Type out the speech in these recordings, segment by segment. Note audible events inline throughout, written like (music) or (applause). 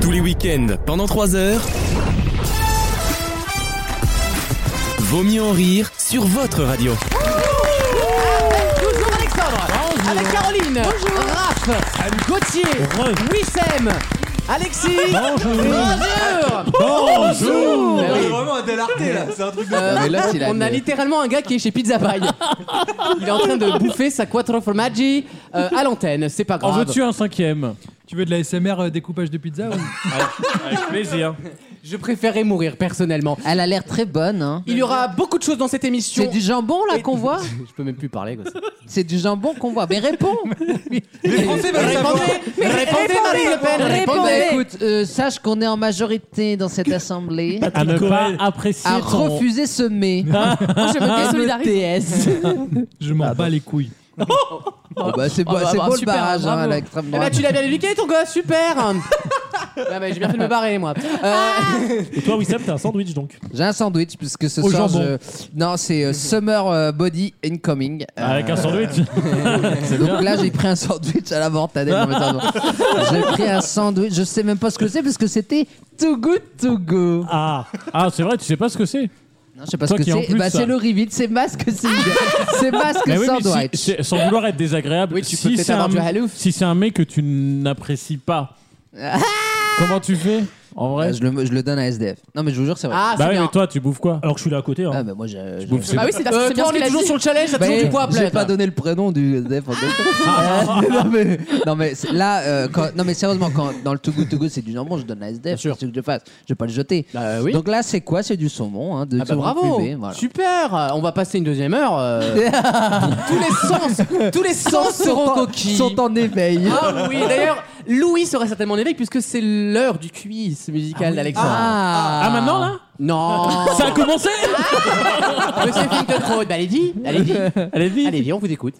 Tous les week-ends, pendant 3 heures. Vaut mieux en rire sur votre radio. Toujours Alexandre Avec Caroline Raph Gauthier Wissem Alexis Bonjour Bonjour Bah oui. vraiment un délarté là, c'est un truc de. Euh, Mais là, c'est la- on a littéralement un gars qui est chez Pizza Pie. Il est en train de bouffer sa quattro formaggi euh, à l'antenne, c'est pas En grave. veux-tu un cinquième Tu veux de la SMR euh, découpage de pizza ou... (laughs) Avec plaisir. Je préférais mourir personnellement. Elle a l'air très bonne. hein. Il y aura beaucoup de choses dans cette C'est émission. du jambon là qu'on voit (laughs) Je peux même plus parler. Quoi. C'est du jambon qu'on voit. (laughs) Mais réponds Les Français veulent savoir. Mais répondez, Marine Le Pen, Bah, répondez. écoute, euh, sache qu'on est en majorité dans cette assemblée À ne pas apprécier à ton- refuser ce mais. Ah, E Je me désolidarise. (laughs) Je m'en bats les couilles. Oh, Bon, bah, c'est beau, bah, c'est bah, beau le super, barrage hein, bravo. à l'extrême Eh ben, droite. tu l'as bien éduqué, ton gosse, super. Ah, bah, j'ai bien fait de me barrer, moi. Euh, Et toi, Wissam, t'as un sandwich donc. J'ai un sandwich puisque ce Au soir jambon. je- non (laughs) c'est euh, Summer euh, Body Incoming. Euh, Avec un sandwich C'est Donc (laughs) bien. là, j'ai pris un sandwich à la mortadelle. Non, mais ça va. j'ai pris un sandwich, je sais même pas ce que c'est parce que c'était too good to go. Ah, ah c'est vrai, tu sais pas ce que c'est Non, je sais pas Toi ce que qui es en c'est. plus, Bah, ça. c'est le reveal, c'est masque single. c'est masque Mais oui, mais sandwich. si- c'est- sans vouloir être désagréable, Oui, tu peux si peut-être c'est avoir un, du halouf. si c'est un mec que tu n'apprécies pas, comment tu fais En vrai Ouais, Bah, je, le, je le donne à SDF. Non, mais je vous jure, c'est vrai. Ah, Bah c'est oui, bien. mais toi, tu bouffes quoi Alors que je suis là à côté. Ah, Hein. bah, moi, j'ai. j'ai- Bouffe, c'est- Bah oui, c'est parce que Euh, c'est toi, bien on ce est qu'il a toujours dit. sur le challenge, ça a Bah, toujours du poids à j'ai plaindre. pas donné le prénom du SDF. (laughs) en fait. Euh, (laughs) non, mais, non, mais c'est- là, euh, quand- non, mais sérieusement, quand dans le Too Good To Go, c'est du jambon, je donne à SDF. C'est ce que je fasse. Je vais pas le jeter. Ah Bah, oui. Donc là, c'est quoi C'est du saumon. Hein, de Ah bah saumon bravo fumé, voilà. Super On va passer une deuxième heure. (laughs) euh, tous les sens, tous les sens seront en- coquilles. sont en éveil. Ah oui, d'ailleurs, Louis sera certainement en éveil puisque c'est l'heure du quiz musical d'Alexandre. Ah. Ah, maintenant là Non Ça a commencé (laughs) Monsieur Finkelkraut, bah allez-y, allez-y, (laughs) Allez-y allez-y, on vous écoute.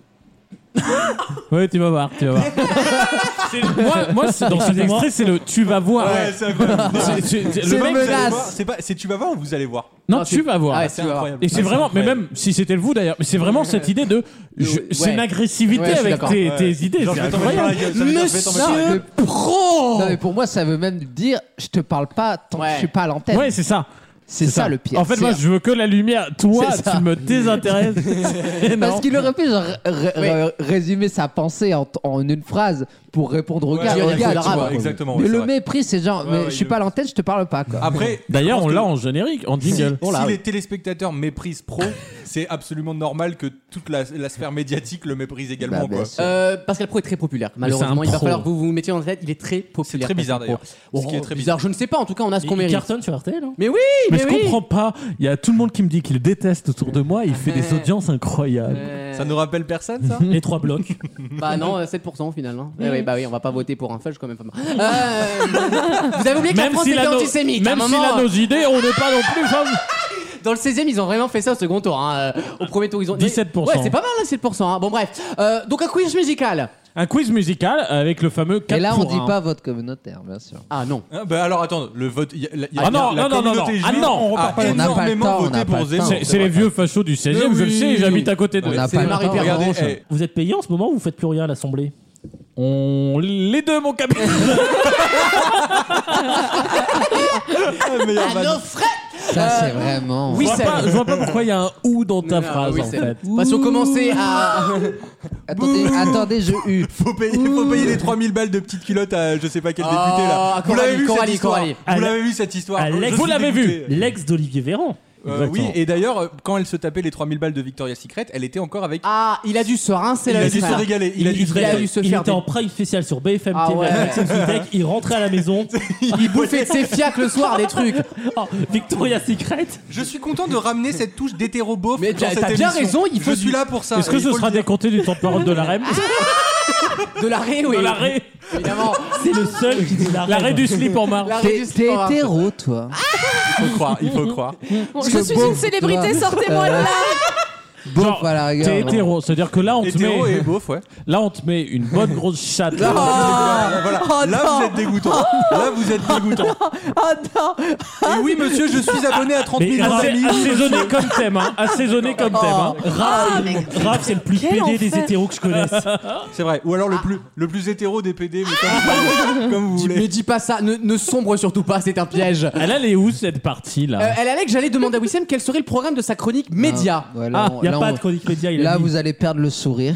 Ouais, tu vas voir, tu vas voir. (laughs) C'est- moi, moi c'est- dans cet extrait, c'est le tu vas voir. Ouais, c'est incroyable. Non, C'est- c'est- c'est- C'est le mec, le vous allez menace. voir, C'est pas, c'est tu vas voir ou vous allez voir. non, Non, tu vas voir. Ah, tu C'est vas voir. incroyable. Et c'est Ah, vraiment, mais incroyable. même si c'était le vous d'ailleurs, mais c'est vraiment cette idée de. je- Ouais. C'est une agressivité Ouais, je suis avec d'accord. tes, Ouais. tes idées. Genre, c'est je vais t'en mettre incroyable. dans la gueule, ça veut dire, je vais t'en mettre dans la gueule. pro Non, mais pour moi, ça veut même dire je te parle pas tant que Ouais. je suis pas à l'antenne. Ouais, c'est ça. c'est ça, le pire. En fait, C'est- moi, je veux que la lumière. Toi, C'est ça. tu me désintéresses. C'est énorme. Parce qu'il aurait pu genre, r- r- Oui. r- résumer sa pensée en, en une phrase pour répondre au Ouais, gars. ouais, au ouais, gars, c'est tu grave, vois. exactement, Mais ouais, c'est le vrai. mépris, c'est genre, mais ouais, je suis il- Ah, pas à l'antenne, je te parle pas. Quoi. Après, D'ailleurs, je on pense l'a que en générique, en jingle. on l'a, Si oui. les téléspectateurs méprisent Pro, (laughs) c'est absolument normal que toute la, la sphère médiatique le méprise également. Bah, bien quoi. sûr. Euh, Pascal Pro est très populaire. Malheureusement, un il va pro. falloir que vous vous mettiez en tête. Il est très populaire. très bizarre, Pascal Pro. d'ailleurs. Ce qui Oh, est très bizarre. Je ne sais pas. En tout cas, on a ce qu'on mérite. sur RTL. Mais oui, hein. Mais mais, je oui. comprends pas. Il y a tout le monde qui me dit qu'il déteste autour de moi. Il fait des audiences incroyables. Euh, Ça ne rappelle personne, (laughs) ça Les trois (laughs) blocs. Bah non, euh, 7% au final. hein. Eh oui, bah oui, on va pas voter pour un fudge quand même. (laughs) Pas mort. Euh, vous avez oublié que la Même France s'il était a, nos- antisémite. à un même s'il moment, a nos idées, on n'est pas non plus. femme. Dans le 16 e ils ont vraiment fait ça au second tour. hein. Euh, Au premier tour, ils ont 17%. Ouais, c'est pas mal, là, 7%. hein. Bon, bref. Euh, donc, un quiz musical. Un quiz musical avec le fameux 4 Et là, on pour dit un. pas vote communautaire, bien sûr. Ah non. Hein, bah, Alors attends, le vote. y a- la- y a Ah bien- non, la non, non, non, communauté non. Ah juive non, on a repart pas là-dessus. On n'a pas le énormément temps, on voté n'a pas pour le temps. Zemmour. C'est c'est les vieux fachos du 16 e Ah je le sais, j'habite à côté de On eux. n'a c'est pas le Marie temps. Perrin. Regardez, Orange. eh, Vous êtes payé en ce moment ou vous faites plus rien à l'Assemblée On... Les deux, mon (laughs) capitaine (laughs) ah, meilleur À van. nos frais Ça, c'est vraiment. Je Oui, vois c'est- pas- Je vois pas pourquoi il y a un ou dans ta Non, phrase oui, en c'est- fait. Parce qu'on commençait à. Attendez, attendez, je eu. Faut payer, faut payer les 3000 balles de petites culottes à je sais pas quel Oh, député là. à Vous l'avez Coralie, vu, cette Coralie, histoire Coralie. Vous À la- l'avez vu cette histoire à l'ex- Je Vous suis l'avez dégoûté. vu. L'ex d'Olivier Véran. Euh, Oui, Exactement. et d'ailleurs, euh, quand elle se tapait les 3000 balles de Victoria's Secret, elle était encore avec. Ah, il a dû se rincer il la a dû se frère. régaler. Il a dû il se a régaler. dû se il faire était des- en prime spécial sur BFM Ah TV ouais. avec Maxime Soutek. Il rentrait à la (laughs) maison. Il bouffait de ses fiacs le soir, des trucs. Oh, Victoria Secret. Je suis content de ramener cette touche d'hétéro beauf Mais dans t'as- cette t'as bien émission. raison, il faut Je suis du- là pour ça. Est-ce que il ce faut sera le dire. décompté du temps de parole de la REM De l'arrêt, oui. De l'arrêt Évidemment. C'est le seul qui dit la L'arrêt règle. du slip en marche. L'arrêt T'es du t'es sport. hein. hétéro, toi. Il faut croire, il (laughs) faut croire. Bon, je suis une célébrité, Euh, sortez-moi de là. Bon, à la rigueur. T'es hétéro, c'est-à-dire que là on te Hétéro et met, beauf, ouais. là on te met une bonne grosse chatte. Oh. voilà. Là, vous êtes dégoûtant. Là, vous (laughs) êtes dégoûtant. Et oui, monsieur, je suis abonné à 30 Mais 000 assai- amis. assaisonné comme thème, hein. assaisonné comme thème. hein. Oh. Raph, Raph, c'est le plus pédé des hétéros que je connaisse. Ah. C'est vrai. Ou alors le plus, le plus hétéro des PD, mais comme, comme vous voulez. dis pas ça, ne, ne sombre surtout pas, c'est un piège. Euh, Elle allait où cette partie Euh, là elle allait que j'allais demander à Wissem quel serait le programme de sa chronique média. Ouais, là, Ah, on- il n'y là, a pas on- de chronique média. Il là, a dit. vous allez perdre (laughs) le sourire.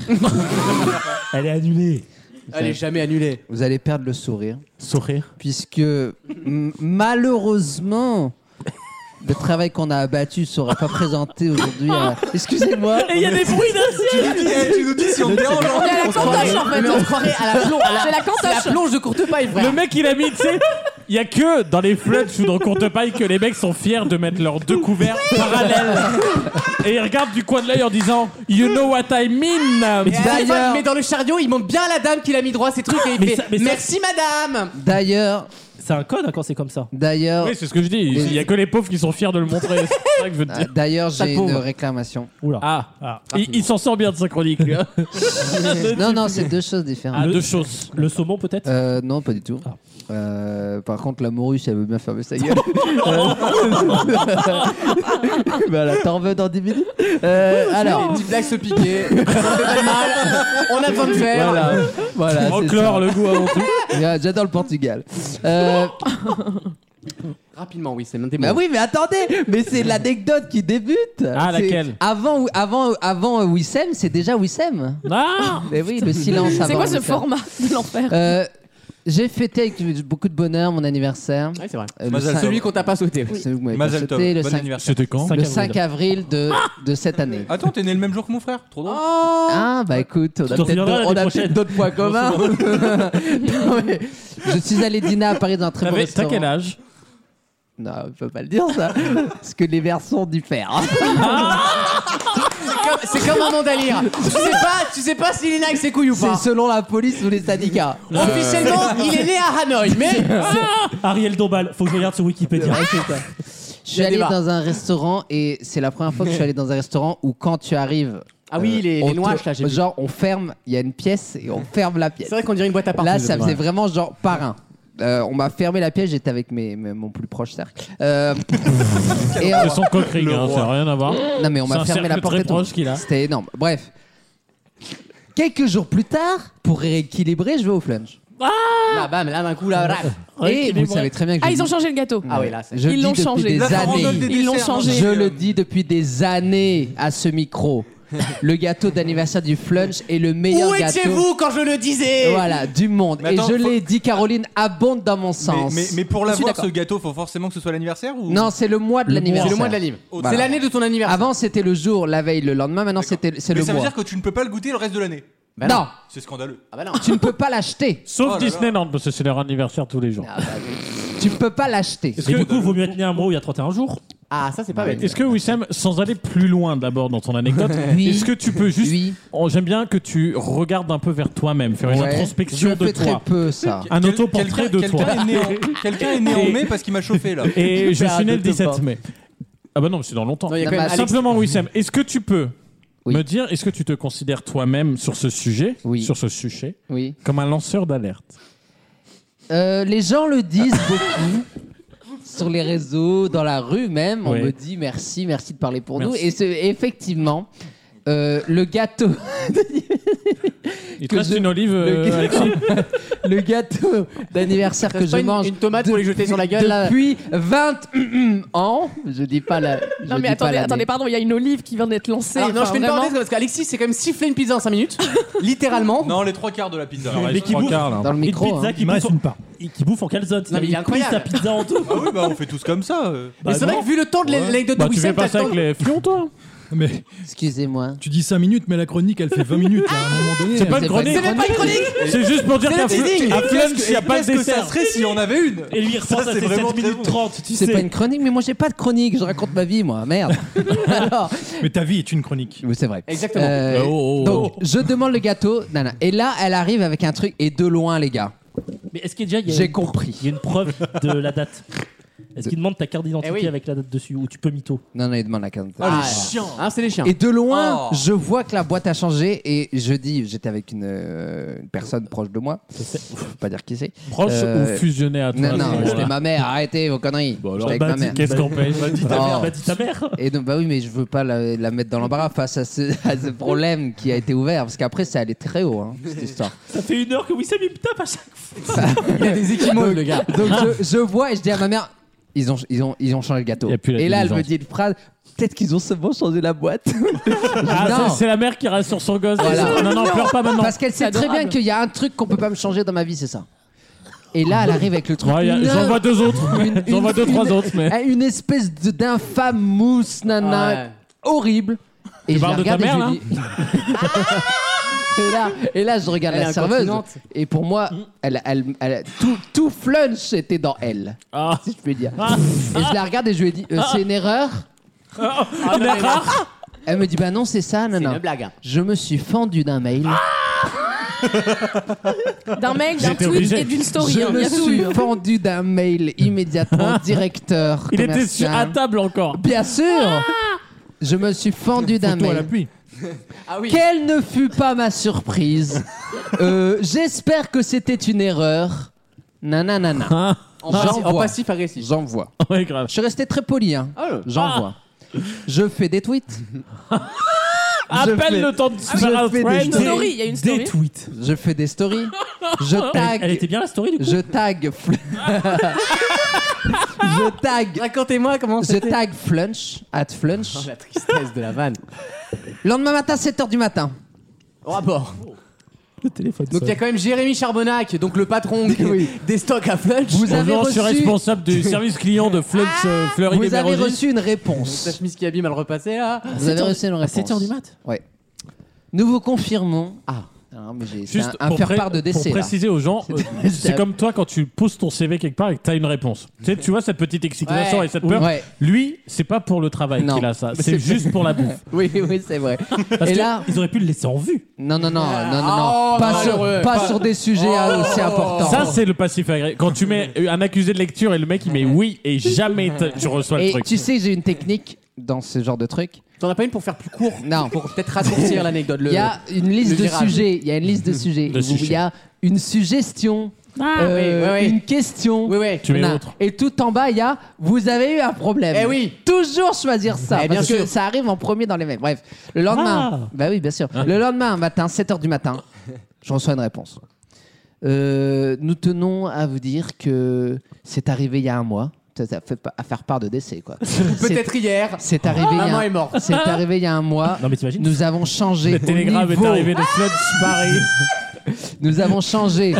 Elle est annulée. Elle est jamais annulée. vous allez perdre le sourire. Sourire. puisque m- malheureusement le travail qu'on a abattu sera pas présenté (laughs) aujourd'hui. euh, Excusez-moi. Et il y a des bruits d'assiette. Tu nous dis- eh, tu nous dis si on te dérange, On est à la on se croirait- cantoche en fait. Mais on se croirait à la plonge, à la, C'est la (laughs) c'est la cantoche. plonge de courte paille, frère. Le mec il a mis, tu sais, il y a que dans les floods ou dans Courte Paille que les mecs sont fiers de mettre leurs deux couverts parallèles. Et ils regardent du coin de l'œil en disant You know what I mean. Et à la fin, il met dans le chariot, il montre bien à la dame qu'il a mis droit ses trucs et il Mais fait ça- mais ça- Merci madame D'ailleurs, C'est un code hein, quand c'est comme ça. d'ailleurs, Oui, c'est ce que je dis. Il y a que les pauvres qui sont fiers de le montrer. C'est ça que je veux te euh, dire. d'ailleurs, Chaque j'ai une pauvre. (laughs) réclamation. Oula. Ah, il, il s'en sort bien de sa chronique. lui, hein. non, non, c'est deux choses Ah, différentes. deux choses. Le saumon peut-être Euh, non, pas du tout. Ah. Euh, par contre, la morue, si elle veut bien (laughs) fermer sa gueule. (laughs) Euh, voilà, t'en veux dans 10 minutes Euh, Alors, Petite blague se piquer, ça fait pas de mal, on a besoin de faire. voilà. voilà Ah, c'est Reclore ça. le goût avant (laughs) tout. (laughs) Yeah, J'adore le Portugal. Euh, Rapidement, oui, c'est l'un des Bah mots. oui, mais attendez, mais c'est l'anecdote qui débute. Ah, C'est- laquelle Avant, avant, avant Wissem, c'est déjà Wissem. Ah Mais oui, le silence. C'est avant quoi ce Wissem. format de l'enfer Euh, J'ai fêté avec beaucoup de bonheur mon anniversaire. Ouais, c'est vrai. Euh, le Mazel cinq- tov. Celui qu'on t'a pas sauté. celui que vous m'avez Mazel Tov, constaté, bah, le bon 5, anniversaire. Ah. quand le avril. 5 avril de, de cette année. Attends, t'es né le même jour que mon frère Trop drôle. Ah bah écoute, on a t'en peut-être souviendras d'autres- l'année on a prochaine. peut-être d'autres points communs. (laughs) Non, mais je suis allé dîner à Paris dans un très bon T'avais- T'as restaurant. quel âge Non, on peut pas le dire (laughs) ça. Parce que les versions diffèrent. Comme- C'est comme un mandalire. Tu sais pas, tu sais pas s'il est né avec ses couilles ou C'est pas. selon la police ou les syndicats. Officiellement, il est né à Hanoï, mais Ariel Dombal, faut que je regarde sur Wikipédia. Je suis allé débat. dans un restaurant et c'est la première fois que je suis allé dans un restaurant où quand tu arrives, Ah oui, les, on les te- noirs, là, j'ai vu. genre on ferme, il y a une pièce et on ferme la pièce. C'est vrai qu'on dirait une boîte à parfum. Là, ça faisait vraiment genre par un. Euh, on m'a fermé la pièce, j'étais avec mes, mes- mon plus proche cercle. Euh, (laughs) et, euh, C'est son coq ring, hein, ça n'a rien à voir. non mais on C'est m'a un fermé la cercle porte. très et tout. proche qu'il a. C'était énorme. Bref. Quelques jours plus tard, pour rééquilibrer, je vais au flunch. Ah Là, bam, là, d'un coup, là, rap. Et vous savez très bien que Ah, je ils dis- ont changé le gâteau. Ah oui, là, c'est. je Ils le dis l'ont depuis changé. des Là, ça rend années. des Ils l'ont desserts, hein. changé. Je le dis depuis des années à ce micro. Le gâteau d'anniversaire du Flunch est le meilleur Où gâteau étiez-vous quand je le disais voilà, du monde. Mais attends, Et je faut- l'ai dit, Caroline abonde dans mon Mais, sens. mais- mais pour Je suis l'avoir, d'accord. ce gâteau, faut forcément que ce soit l'anniversaire ou Non, c'est le mois de l'anniversaire. C'est le mois de la lime. C'est l'année de ton anniversaire. Avant, c'était le jour, la veille, le lendemain. Maintenant, c'était c'est Mais le ça mois. veut dire que tu ne peux pas le goûter le reste de l'année. Bah non, C'est scandaleux. Ah bah non. tu ne peux pas l'acheter. Sauf Oh là là. Disneyland, parce que c'est leur anniversaire tous les jours. Tu ne peux pas l'acheter. Est-ce Et que, du coup, vaut mieux tenir un mot il y a 31 jours. Ah, ça, c'est pas bête. est-ce que Wissem, sans aller plus loin d'abord dans ton anecdote, Oui. est-ce que tu peux juste. Oui. Oh, J'aime bien que tu regardes un peu vers toi-même, faire une Ouais. introspection je de fais toi. très peu ça. Un Quel- autoportrait de quelqu'un- toi. Quelqu'un est né en- quelqu'un est né en mai parce qu'il m'a chauffé là. Et je Faire un suis né le 17 autoportrait. mai. Ah bah non, mais c'est dans longtemps. Non, il y a Non, quand mais même Alex- Simplement, Wissem, est-ce que tu peux Oui. me dire, est-ce que tu te considères toi-même sur ce sujet, Oui. sur ce sujet, Oui. comme un lanceur d'alerte Euh, les gens le disent (laughs) beaucoup. Sur les réseaux, dans la rue même, on Oui. me dit merci, merci de parler pour nous. Merci. Et ce- effectivement, euh, le gâteau, Il te Que reste je- une olive, euh, le- Alexis (laughs) le gâteau d'anniversaire Ça que se je pas une- mange une tomate pour les jeter sur la gueule, là. depuis 20 ans, je dis pas la. je Non mais dis pas attendez, l'année. attendez, pardon, il y a une olive qui vient d'être lancée. Alors, non, Enfin, je fais une vraiment. parenthèse parce qu'Alexis s'est quand même sifflé une pizza en 5 minutes, littéralement. Non, les trois quarts de la pizza. Il reste qui trois bouffe. quarts, là. Dans le Une micro. pizza hein. qui bouffe, en... et qui bouffe en calzone. Non, mais il est pisse incroyable. sa pizza en tout. Ah oui, bah on fait tous comme ça. euh. Mais c'est Bah, vrai que vu le temps de l'anecdote Bah, de tu fais Wissem, pas t'as ça le avec temps- les fions, toi Mais Excusez-moi. tu dis 5 minutes, mais la chronique, elle fait 20 minutes. là, à un moment donné. hein. C'est pas c'est une pas une chronique C'est même pas une chronique C'est juste pour dire C'est Ah, qu'à le teasing. Fl- à Flunch, il n'y a pas de Qu'est-ce que ça dessert. serait si on avait une Et lui, il Ça, repense à ses c'est 7 vraiment très minutes bon. 30, tu C'est sais. pas une chronique, mais moi j'ai pas de chronique, je raconte ma vie moi, merde. Alors, Mais ta vie est une chronique. oui, c'est vrai. Exactement. Euh, Oh, oh, donc, je demande le gâteau, nana. Et là, elle arrive avec un truc, et de loin, les gars. Mais est-ce qu'il y a déjà il y a J'ai une- compris. il y a une preuve de la date Est-ce qu'il demande ta carte d'identité Eh oui. avec la date dessus ou tu peux mytho Non, non, il demande la Oh, carte. d'identité. Ah, les chiens. Hein, c'est les chiens. Et de loin, Oh. je vois que la boîte a changé et je dis, j'étais avec une, euh, une personne proche de moi, faut pas dire qui c'est. Proche Euh, ou fusionné à toi Non, à ce non, moment-là j'étais ma mère, arrêtez vos conneries. Bon, alors, J'étais avec bah, ma dis- mère. Qu'est-ce qu'on paye Bah dis ta Oh. mère, bah dis ta mère Et donc, bah oui, mais je veux pas la, la mettre dans l'embarras face à ce, à ce problème qui a été ouvert, parce qu'après, ça allait très haut, hein, cette histoire. Ça fait une heure que Wissam il me tape à chaque fois Il y a des équimaux, le gars. Donc, je, je vois et je dis à ma mère, ils ont, ils ont, ils ont changé le gâteau. Il y a plus la Et là, elle me diligence. dit une phrase, peut-être qu'ils ont seulement changé (laughs) la boîte. Ah, Non. c'est- C'est la mère qui reste sur son gosse. Voilà. Non, non, pleure pas maintenant. Parce qu'elle sait C'est très bien adorable. qu'il y a un truc qu'on peut pas me changer dans ma vie, c'est ça. Et là, elle arrive avec le truc. Ouais, y a- nain. J'en vois deux autres. J'en vois deux, une- trois autres. Mais... à une espèce de- d'infâme mousse, nana, Ouais. horrible. Et je la parles de ta regarde et mère, hein je lui dis. (laughs) Et là, et là, je regarde Elle la est serveuse. incontinente. Et pour moi, elle, elle, elle- tout, tout flunch était dans elle, Ah. si je peux dire. Et je la regarde et je lui ai dit euh, C'est une erreur Ah, non, mais non, Elle me dit Bah non, c'est ça, C'est nana. une blague. Je me suis fendu d'un mail. Ah D'un mail, d'un J'étais tweet obligé. et d'une story. Je hein, me bien sûr. suis fendu d'un mail (laughs) immédiatement, directeur. Il était sur- Ah. à commercial. table encore. Bien sûr Je me suis fendu d'un Photo à mail. (laughs) l'appui. Ah oui. Quelle ne fut pas ma surprise Euh, J'espère que c'était une erreur. Nananana. Hein En, passi- en J'envoie. passif agressif. J'envoie. Ouais, grave. Je suis resté très poli, hein. Oh. J'envoie. Je fais des tweets. Je Appelle fais- le temps de je fais des Une Des- story, il y a une story. tweets. Je fais des stories. Je elle, elle tag. était bien la story du coup Je tag. Fl- je tag. Racontez-moi comment Je c'était. tag Flunch. At Flunch. Oh, la tristesse de la vanne. (laughs) Lendemain matin, 7h du matin. Rapport. Le téléphone. Donc il y a quand même Jérémy Charbonnac, donc le (laughs) patron des, des stocks à Flunch. (laughs) Vous avez Bonjour, je suis reçu, responsable du service client de Flux euh, Fleury des vous avez Mérogis. reçu une Sa réponse. chemise qui abîme à le repasser là. Vous avez reçu une réponse. 7 heures du mat Ouais. Nous vous confirmons. Ah, non, mais j'ai c'est un, Juste un pour, pré- faire-part de pour décès. là. préciser aux gens, euh, C'est- c'est comme toi quand tu poses ton CV quelque part et que t'as une réponse. Tu, sais, tu vois cette petite excitation Ouais. et cette peur. Mm. Ouais. Lui, c'est pas pour le travail Non. qu'il a ça, Mais c'est c'est- juste pour la bouffe. Oui, oui, c'est vrai. Parce (laughs) Et que là- ils auraient pu le laisser en vue. Non, non, non, non, non, non. Oh, pas, sur, malheureux. Oh. pas sur des sujets euh, aussi importants. Ça, c'est le passif agréable. Quand tu mets un accusé de lecture et le mec il met oui et jamais t- tu reçois le Et truc. tu sais, j'ai une technique dans ce genre de truc. T'en as pas une pour faire plus court Non. Pour peut-être (laughs) raccourcir l'anecdote. le- Il y a une liste le de virage. sujets. Il y a (laughs) une liste de sujets. De Vous- Il y a une suggestion. euh, Ah, oui, oui, oui. Une question. Oui, oui. Tu mets On a- autre. Et tout en bas, il y a vous avez eu un problème. Eh oui. Toujours choisir ça. Eh bien parce que sûr. ça arrive en premier dans les mêmes. Bref, le lendemain. Ah. Bah oui, bien sûr. Le lendemain matin, 7h du matin, je reçois une réponse. Euh, nous tenons à vous dire que c'est arrivé il y a un mois. Ça, ça fait pas- à faire part de décès, quoi. C'est- (laughs) Peut-être hier. C'est arrivé, il y a Maman un- est morte. (laughs) c'est arrivé il y a un mois. Non mais t'imagines Nous avons changé. Le au télégramme est niveau- arrivé de Flux Paris. Nous avons changé.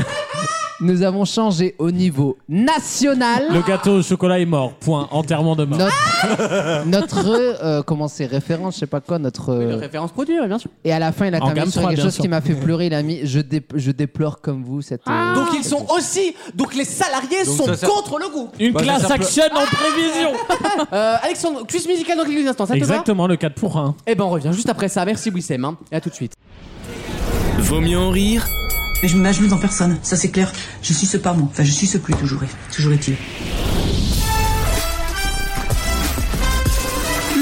Nous avons changé au niveau national. Le gâteau au chocolat est mort. Point. Enterrement de mort. notre, (laughs) notre euh, comment c'est référence, je sais pas quoi, notre euh, Une référence produit, bien sûr. et à la fin il a En gamme terminé sur 3, quelque bien chose sûr. qui m'a fait pleurer. Il a mis je, dé- je déplore comme vous cette. euh, Donc ils sont aussi. Donc les salariés Donc sont ça, ça- contre le groupe. Une Bah, ça classe sert action en prévision. Euh, Alexandre, cuisse musicale dans quelques instants, ça te va Exactement, le 4 pour 1. Eh ben on revient juste après ça. Merci Wissem. hein. Et à tout de suite. Vaut mieux en rire Mais je ne m'agenouille en personne, ça c'est clair. Je suis ce pas moi. Enfin, je suis ce plus, toujours, est- toujours est-il.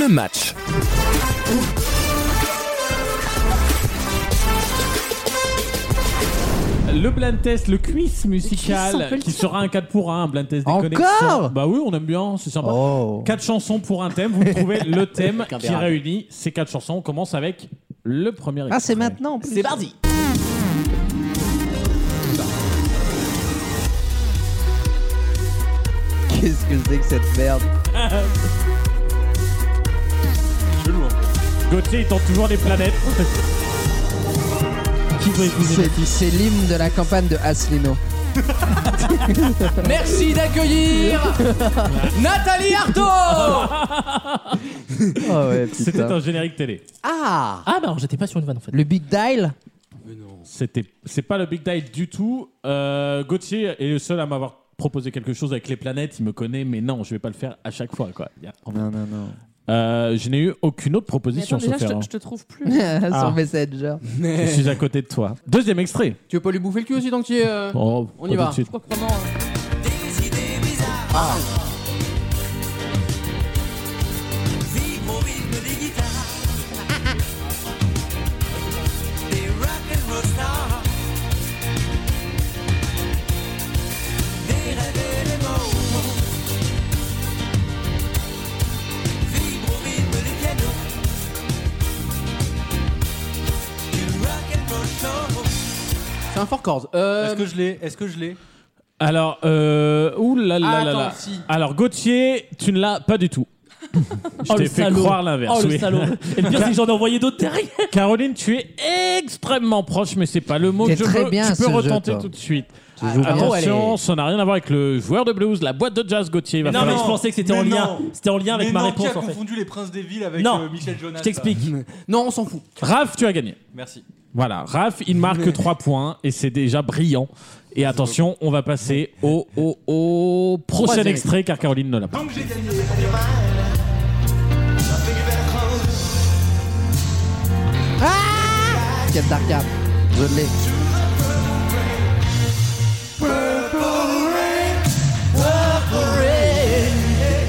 le match. Le blind test, le quiz Le musical quiz, qui sera un 4 pour 1, un blind test Encore déconnecté. Bah oui, on aime bien, c'est sympa. Oh. 4 chansons pour un thème, vous me trouvez (laughs) le thème qui Impérable. réunit ces 4 chansons. On commence avec le premier Ah c'est extrait. maintenant. en plus. C'est parti. (laughs) Qu'est-ce que c'est que cette merde Gauthier, il tente toujours les (laughs) planètes. qui doit épouser C'est c'est l'hymne de la campagne de Asselineau. Merci d'accueillir Nathalie Arthaud Oh ouais C'était un générique télé. Ah Ah non, j'étais pas sur une vanne en fait. Le Big Dial. C'était, c'est pas le Big Dive du tout. Euh, Gauthier est le seul à m'avoir proposé quelque chose avec les planètes. Il me connaît, mais non, je vais pas le faire à chaque fois. Quoi. Il y a- Non non non. Euh, je n'ai eu aucune autre Mais proposition, attends, déjà, je Sophia, te, hein. je te trouve (laughs) plus. Sur Ah. Messenger. Je suis à côté de toi. Deuxième extrait. Tu veux pas lui bouffer le cul aussi tant que tu es. euh, Oh, On pas y va. tout de suite. Je crois que pendant. euh, rythme des guitares, des rock and roll stars, des rêves et des mots, vibre au rythme des pianos, du rock and roll show. C'est un fort chord. Euh, Est-ce que je l'ai Est-ce que je l'ai Alors, euh, ouh là là Ah, là attends, là. si. Alors, Gauthier, tu ne l'as pas (laughs) du tout. Je Oh, t'ai le fait salaud. croire l'inverse. Oh le oui. salaud. Et le pire, c'est que j'en ai envoyé d'autres derrière. (laughs) Caroline, tu es extrêmement proche, mais c'est pas le mot que T'es je très veux. bien à tu peux ce jeu, retenter toi. tout de suite. Tu joues bien. Attention, ça n'a rien à voir avec le joueur de blues, la boîte de jazz Gauthier. il Mais va non, falloir- mais je pensais que c'était Mais en lien. non. C'était en lien avec Mais ma non, réponse qui a en fait. confondu les princes des villes avec Non. euh, Michel Jonas euh, Je (laughs) t'explique. Non, on s'en fout. Raph, tu as gagné. Merci. Voilà, Raph, il marque 3 points et c'est déjà brillant. Et attention, on va passer au, au, au prochain Troisième. extrait car Caroline ne l'a pas. Cap d'arcade. Je l'ai.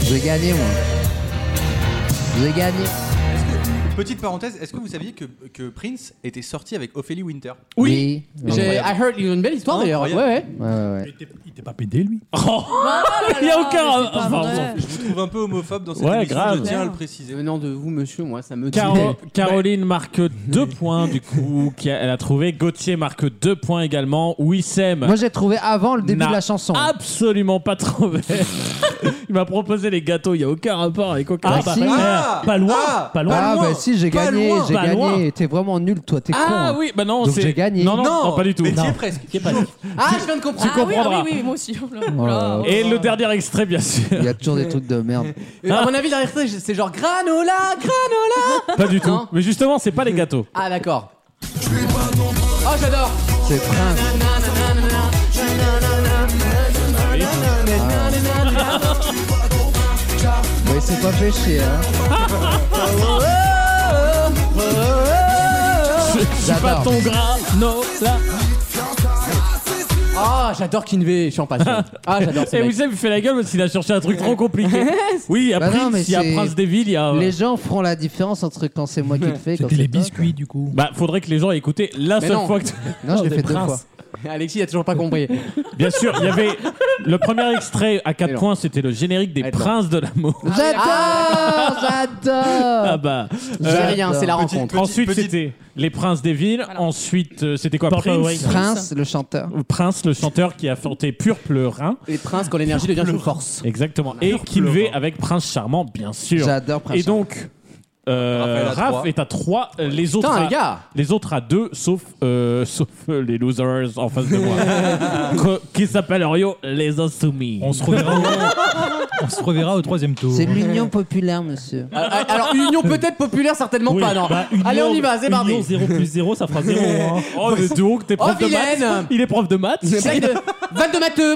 J'ai gagné, moi. J'ai gagné. Petite parenthèse, est-ce que vous saviez que, que Prince était sorti avec Ophélie Winter Oui. Ouais, J'ai I heard you une belle histoire d'ailleurs. Ouais, Incroyable. ouais. ouais, ouais. Il t'est pas pédé, lui (laughs) Oh, Il n'y a aucun. mais c'est pas enfin, vrai. on s'en fout. Je vous trouve un peu homophobe dans cette Ouais, émission, grave. je tiens à le préciser. Venant de vous, monsieur, moi, ça me dit. Caro- Caroline marque 2 points du coup, qui a- elle a trouvé. Gauthier marque 2 points également. Wissem Moi, j'ai trouvé avant le début n'a Ah, bah, de la chanson. absolument pas (laughs) trouvé. Il m'a proposé les gâteaux, il n'y a aucun rapport avec aucun Ah, Bah, bah, si. eh, Ah pas loin, Ah pas loin. ah, loin, bah si, j'ai pas gagné, loin, j'ai pas gagné. loin. T'es vraiment nul, toi, t'es con. Ah hein. oui, bah non, Donc c'est. j'ai gagné. Non, non, non, pas du tout. Mais t'y Non. es presque. Qui est pas loin. Ah, je viens de comprendre. Tu comprendras. Ah oui, oui, oui, moi aussi. Oh là là. Voilà. Et le dernier extrait, bien sûr. Il (laughs) y a toujours des trucs de merde. Euh, À mon avis, derrière ça, c'est genre granola, granola. Pas du tout. Non. Mais justement, c'est pas les gâteaux. Ah, d'accord. Oh, j'adore. C'est Prince. Mais Bah, il s'est pas fait chier, hein. Pas J'adore. ton granola. Ah, j'adore Kinvey, je suis en passion. Ah, j'adore ce Et mec. Eh, Wissem il fait la gueule parce qu'il a cherché un truc trop compliqué. (laughs) Oui, il y a Bah non, Prince, mais il y a c'est- Prince des villes, il y a. Les gens feront la différence entre quand c'est moi qui le fais. quand C'était les c'est toi. biscuits, du coup. Bah, faudrait que les gens aient écouté la Mais seule non. fois que. Non, je l'ai des fait deux princes. fois. Alexis a toujours pas compris. Bien sûr, il y (laughs) avait. Le premier extrait à 4 Excellent. points, c'était le générique des Excellent. Princes de l'amour. J'adore, Ah j'adore. bah. J'ai Euh, rien, c'est la petit- rencontre. ensuite, petite- c'était les Princes des villes. Ensuite, euh, c'était quoi Purple Prince Rain. Prince, le chanteur. Prince, le chanteur qui a chanté Purple Rhin. Les princes, quand l'énergie devient une force. Exactement. Et Kinvé avec Prince Charmant, bien sûr. J'adore Prince. Et donc, euh, Raphaël à Raph trois. est à 3, les, autres Putain, les à, gars. les autres à 2, sauf, euh, (laughs) sauf euh, les losers en face (laughs) de moi, Que- qui s'appellent Rio les Insoumis. On se reverra au, on se reverra au troisième tour. C'est l'union populaire, monsieur. Ah, ah, Alors, union peut-être populaire, certainement Oui, pas, non. bah, union- Oh, Allez, on y va, c'est union parti. 0 plus 0, ça fera 0. hein. (laughs) Oh, mais donc, t'es Oh, prof de maths vilaine. Il est prof de maths Blague de... Vanne de matheux.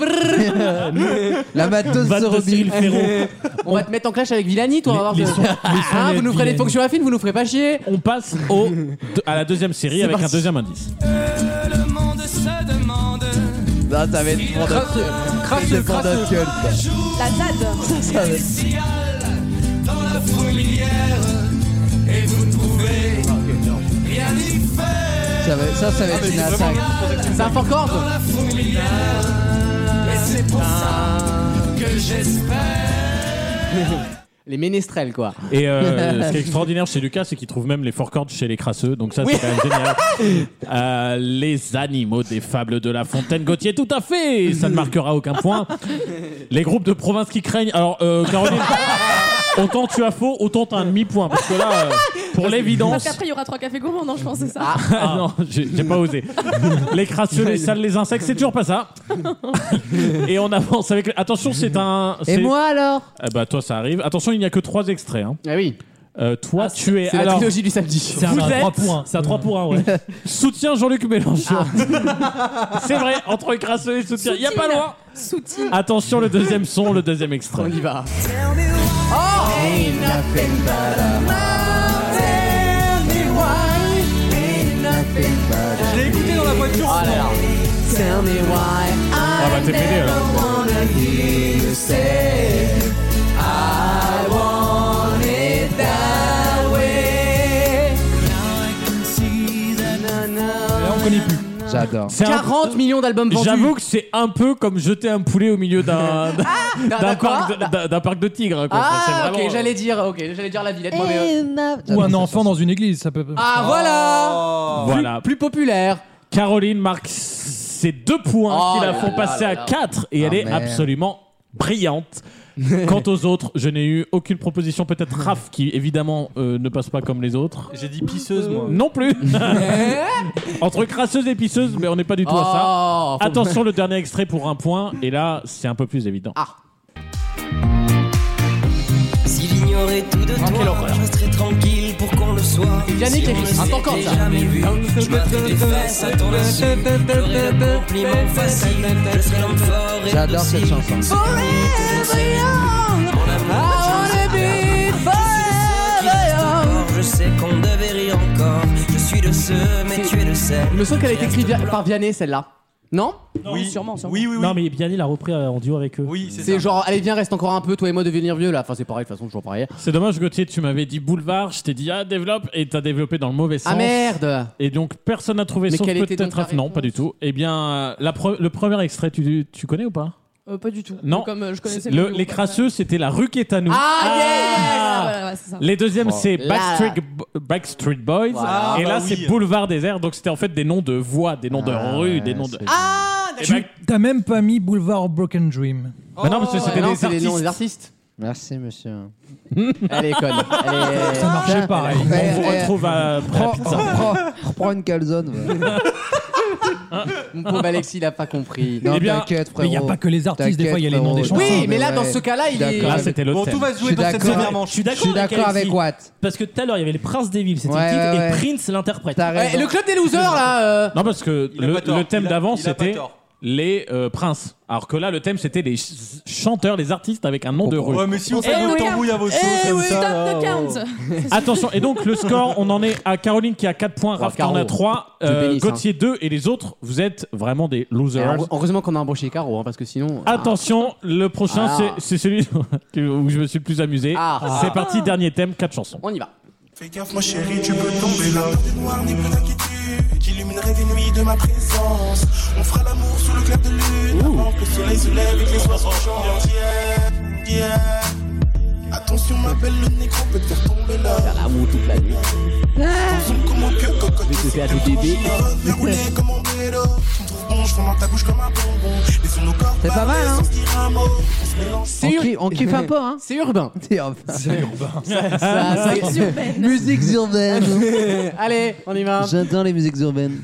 brrr. La matos Va de te Cyril Robin. Ferro. On va te mettre en clash avec Villani, toi. on va voir Les de- sons- les sons Hein, vous nous ferez des vilaines. fonctions affines, vous nous ferez pas chier. On passe au, de- à la deuxième série avec un deuxième indice. Le monde se demande Non, ça va être pour de- c'est pour notre gueule, quoi. La ZAD. Ça va être- dans la fourmilière et vous ne trouvez rien y faire ça va- Ça, ça va être une attaque. C'est un fort corps. dans la fourmilière. Et c'est pour ça que j'espère. Les ménestrels, quoi. Et euh, ce qui est extraordinaire chez Lucas, c'est qu'il trouve même les four cordes chez les crasseux. Donc ça, c'est quand même génial. Euh, les animaux des fables de La Fontaine Gauthier, tout à fait. Ça ne marquera aucun point. Les groupes de province qui craignent. Alors, euh, Caroline, autant tu as faux, autant t'as un demi-point. Parce que là, euh, pour Parce l'évidence. qu'après, il y aura trois cafés gourmands, non, je pense, c'est ça. Ah, non, j'ai j'ai pas osé. Les crasseux, les sales, les insectes, c'est toujours pas ça. Et on avance avec. Attention, c'est un. Et c'est- moi alors Ah bah toi, ça arrive. Attention, il n'y a que trois extraits. hein. Ah oui, Euh, toi, tu es. c'est la alors, trilogie du samedi. C'est un Vous à êtes- 3 points. C'est un 3 pour 1, ouais. (laughs) Soutien Jean-Luc Mélenchon. (laughs) C'est vrai, entre crasseux et soutien, il n'y a pas loin. Soutien. Attention, le deuxième son, le deuxième On extrait. y va. Je l'ai écouté dans la voiture. Oh là là. Tell me why Ah bah t'es pédé alors. I want it that j'adore. C'est un- 40 millions d'albums vendus. J'avoue que c'est un peu comme jeter un poulet au milieu d'un d'un- d'un (laughs) d'un quoi parc, de- d'un- d'un parc de tigres. quoi. Enfin, c'est Ah, vraiment- euh, ok, j'allais dire, ok, j'allais dire la Villette. moi, mais, Eh, euh, Ou un enfant dans une église, ça peut. Ah Oh. voilà, Ah Voilà. plus populaire. Caroline marque ces deux points Oh qui la là font là passer là à là. 4 et Ah, elle est merde. absolument (laughs) brillante. Quant aux autres, je n'ai eu aucune proposition. Peut-être Raph qui évidemment euh, ne passe pas comme les autres. J'ai dit pisseuse, moi. Non (laughs) plus. Entre crasseuse et pisseuse, mais on n'est pas du tout à ça. Oh, faut- Attention, le dernier extrait pour un point. Et là, c'est un peu plus évident. Ah. Si j'ignorais tout de toi, je resterais tranquille pour qu'on le soit. Yannick si Lévy. on ne Attends, s'était encore ça. jamais vu, je mettrais des fesses à ton insu. J'aurais le compliment facile, je serais l'homme fort et J'adore cette docile. chanson. Ah, Mon amour, je suis de ceux qui restent encore. Je sais qu'on devait rire encore. Je suis de ceux, mais tu es de celles. Il me semble qu'elle a été écrite via- par Vianney, celle-là. Non Oui, sûrement, sûrement. Oui, oui, oui. Non, mais Biani l'a repris euh, en duo avec eux. Oui, c'est C'est ça. genre, allez, viens, reste encore un peu, toi et moi, devenir vieux, là. Enfin, c'est pareil, de toute façon, toujours pareil. C'est dommage, Gauthier, tu m'avais dit boulevard, je t'ai dit ah, développe, et t'as développé dans le mauvais sens. Ah merde Et donc personne n'a trouvé Mais sauf quelle était peut-être donc la Raph. Non, réponse pas du tout. Eh bien, euh, la pre- le premier extrait, tu, tu connais ou pas Euh, pas du tout. Non. Comme euh, je connaissais Le- groupe, Les ouais. crasseux, c'était la rue qui est à nous. Ah, Ah, Ah voilà, ouais, c'est ça. Les deuxièmes, c'est Là. Backstreet, Backstreet Boys. Voilà. Et Ah, là, bah c'est oui. Boulevard Désert. Donc, c'était en fait des noms de voies, des noms Ah, de rues, ouais, des noms de. c'est- Ah Et Tu Back- t'as même pas mis Boulevard Broken Dream. Bah non, parce Oh. que c'était non, des c'est les noms artistes. des artistes. Merci, monsieur. Elle est conne. Elle est- Ça Ah, marchait pareil. On vous retrouve à, à la Oh, pizza. Reprends une calzone. ouais. Mon pauvre bah, Alexis, il a pas compris. Non, Eh bien, t'inquiètes, Mais frérot. il n'y a pas que les artistes, des fois il y a les noms des T'inquiète, chansons. frérot. Oui, mais mais là, ouais. dans ce cas-là, il est. Là, D'accord. c'était l'autre Bon, tout thème. va se jouer Je suis dans cette d'accord. dernière oh. Je manche. suis Je suis d'accord avec d'accord Alexis. avec Watt. Parce que tout à l'heure, il y avait les Prince Devil, c'était Ouais, le titre, ouais, ouais. et Prince l'interprète. T'as Ouais, raison. le club des losers, là. euh, Non, parce que Il a le, pas tort. le thème Il a- d'avant, il a pas c'était tort. les euh, princes. Alors que là, le thème, c'était les ch- chanteurs, les artistes avec un nom de rue. Ouais, mais si on Eh fait oui. une tambouille à vos choses Eh comme oui, ça. là, stop the oh. count Attention, et donc le score, on en est à Caroline qui a 4 points, Raph qui en Caro, a 3, tu bénisses, euh, Gauthier 2, et les autres, vous êtes vraiment des losers. alors, Heureusement qu'on a embauché Caro, hein, parce que sinon. Attention, le prochain, Ah. c'est- c'est celui (laughs) que- où je me suis le plus amusé. Ah. C'est parti, dernier thème, 4 chansons. On y va. Fais gaffe, ma chérie, tu peux tomber là. De noir, n'aie plus d'inquiétude. J'illuminerai tes nuits de ma présence. On fera l'amour sous le clair de lune. Avant que le soleil se lève et que les oiseaux chantent. Yeah, yeah. Attention, ma belle, le négro peut te faire tomber là. L'amour toute la nuit. Attention, comment que cocotte. Je vais te faire du bébé. Viens rouler comme un vélo. Tu me trouves bon, je fends dans ta bouche comme un bonbon. Laissons nos corps C'est pas mal, hein sans se dire un mot. On se mélange. On C'est ur- kiffe- On kiffe un peu, (laughs) hein (laughs) C'est urbain. (laughs) Ça, Musique urbaine. Musique (laughs) urbaine. ça- Allez, on y va. J'adore les musiques urbaines.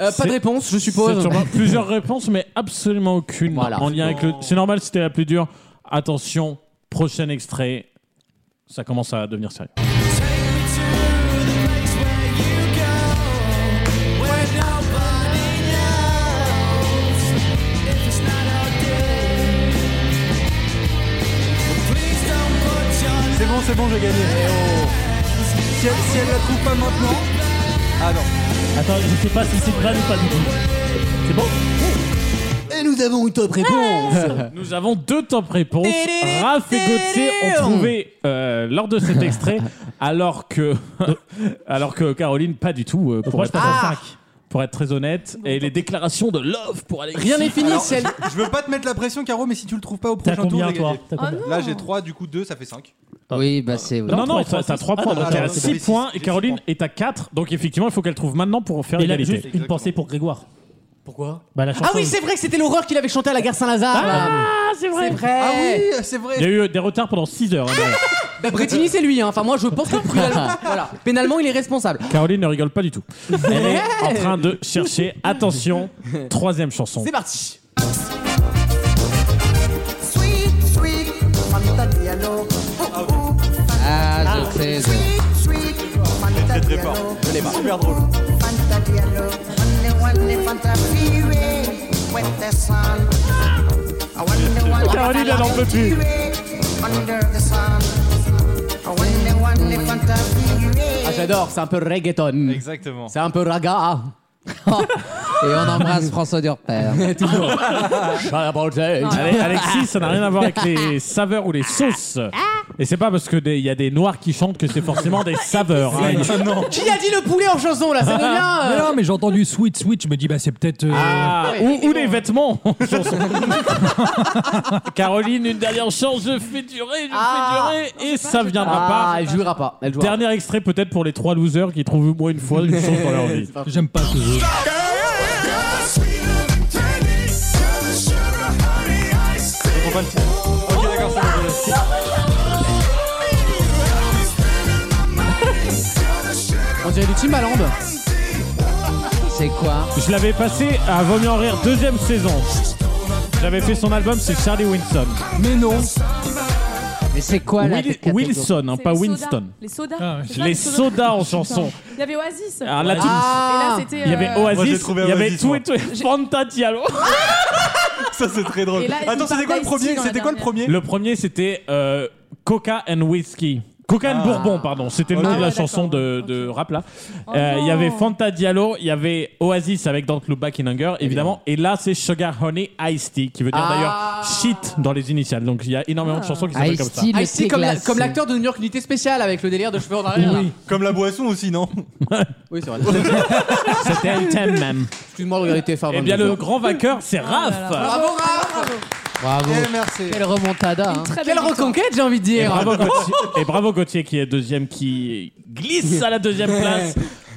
Euh, pas C'est- de réponse, je C'est suppose. sûrement plusieurs réponses, mais absolument aucune Voilà. en lien avec le. C'est normal, c'était la plus dure. Attention, prochain extrait. Ça commence à devenir sérieux. C'est bon, c'est bon, j'ai gagné. Si elle, si elle la trouve pas maintenant. Ah non. Attends, je sais pas si c'est vrai ou pas du tout. C'est bon Et nous avons une top réponse. (laughs) Nous avons deux top réponses. Raph et Gauthier ont trouvé euh, lors de cet extrait, alors que, (laughs) alors que Caroline, pas du tout, euh, pour, Moi, je être, Ah, passe à 5. pour être très honnête. Et les déclarations de love pour Alexis. Rien n'est fini, Alors, si elle- Je veux pas te mettre la pression, Caro, mais si tu le trouves pas au T'as prochain tour, combien, j'ai toi gagné. T'as combien non. Là, j'ai 3, du coup 2, ça fait 5. Oui, bah c'est. Non, non, trois, t'as trois, t'as six. trois points, Ah, non, non, donc non, elle a non, 6 j'avais six, points et j'ai six Caroline points. est à 4, donc effectivement il faut qu'elle trouve maintenant pour faire Et là, égalité. juste une pensée pour Grégoire. Pourquoi Bah, la chanson. Ah oui, c'est vrai que c'était l'aurore qu'il avait chanté à la gare Saint-Lazare. Ah, c'est vrai. C'est vrai. Ah oui, c'est vrai. Il y a eu euh, des retards pendant 6 heures. hein, d'ailleurs. Bah, Bretigny, c'est lui. Hein. Enfin, moi, je pense que (laughs) pénalement, voilà. pénalement, il est responsable. Caroline ne rigole pas du tout. Elle est en train de chercher, attention, troisième chanson. C'est parti. Sweet, sweet, Fantadiano. Oh, oh, Ah, je sais. je- sweet, sweet, Très très fort. Fantadiano. Super drôle. Fantadiano. Wonder, wonder, Fantafire. With the sun. I wonder, wonder, Caroline, elle en peut plus. Fantafire. Under the sun. I wonder, wonder, Fantafire. Ah, j'adore. C'est un peu reggaeton. Exactement. C'est un peu (laughs) raga. Et on embrasse François Durper. (laughs) Toujours. Ah. Allez, Alexis, ça n'a rien à voir avec les saveurs ou les sauces. Et c'est pas parce que des- il y a des noirs qui chantent que c'est forcément des saveurs. hein. Qui a dit le poulet en chanson (laughs) là Ça Mais devient. euh, non, mais j'ai entendu Sweet Sweet, je me dis, bah c'est peut-être. euh, Ah, Ouais, ou, ou les vêtements. (laughs) Caroline, une dernière chance, je fais durer, je Ah. fais durer, et ça viendra Ah, pas. elle jouera pas. Elle jouera. Dernier extrait peut-être pour les trois losers qui trouvent au moins une fois une chance dans leur vie. J'aime pas ce jeu. Ok, d'accord, c'est bon. c'est bon. pas. On dirait du Timbaland. C'est quoi Je l'avais passé à Vaut mieux en rire deuxième saison. J'avais fait son album, c'est Charlie Winston. Mais non. Mais c'est quoi la Will- catégorie Wilson, hein, C'est pas les sodas. Winston. Les sodas. Ah ouais. C'est ça, Les sodas en chanson. Il y avait Oasis. Alors là, tu- Ah. Et là, c'était. Il y avait euh, Moi, j'ai Oasis, trouvé il y avait Oasis, moi. tout et tout. Fanta Diallo. Ça, c'est très drôle. Et là, il Attends, c'était parle quoi le d'Ice-T premier dans la C'était quoi le dernière. (laughs) premier Le premier, c'était euh, Coca and Whiskey. Coca and Bourbon, pardon. C'était le Ah nom de la ouais, chanson d'accord, de, ok. de rap là. Oh Euh, Il y non. avait Fanta Diallo, il y avait Oasis avec Don't Look Back in Anger, évidemment. Et là, c'est Sugar Honey Ice Tea, qui veut dire Ah. d'ailleurs shit dans les initiales. Donc il y a énormément de chansons qui s'appellent comme ça. Ice-T, Ah, le si, thé comme la- glacé. comme l'acteur de New York Unité Spéciale avec le délire de cheveux en arrière. là. Comme la boisson aussi, non Oui, c'est (laughs) vrai. C'était un thème même. Excuse-moi de regarder TF1. Eh bien, le grand vainqueur, c'est Raph. Bravo, Raph Bravo. merci. Quelle remontada. hein. Très Quelle belle Eh, victoire. reconquête, j'ai envie de Et dire bravo, Gauthier, et bravo Gauthier qui est deuxième, qui glisse à la deuxième place.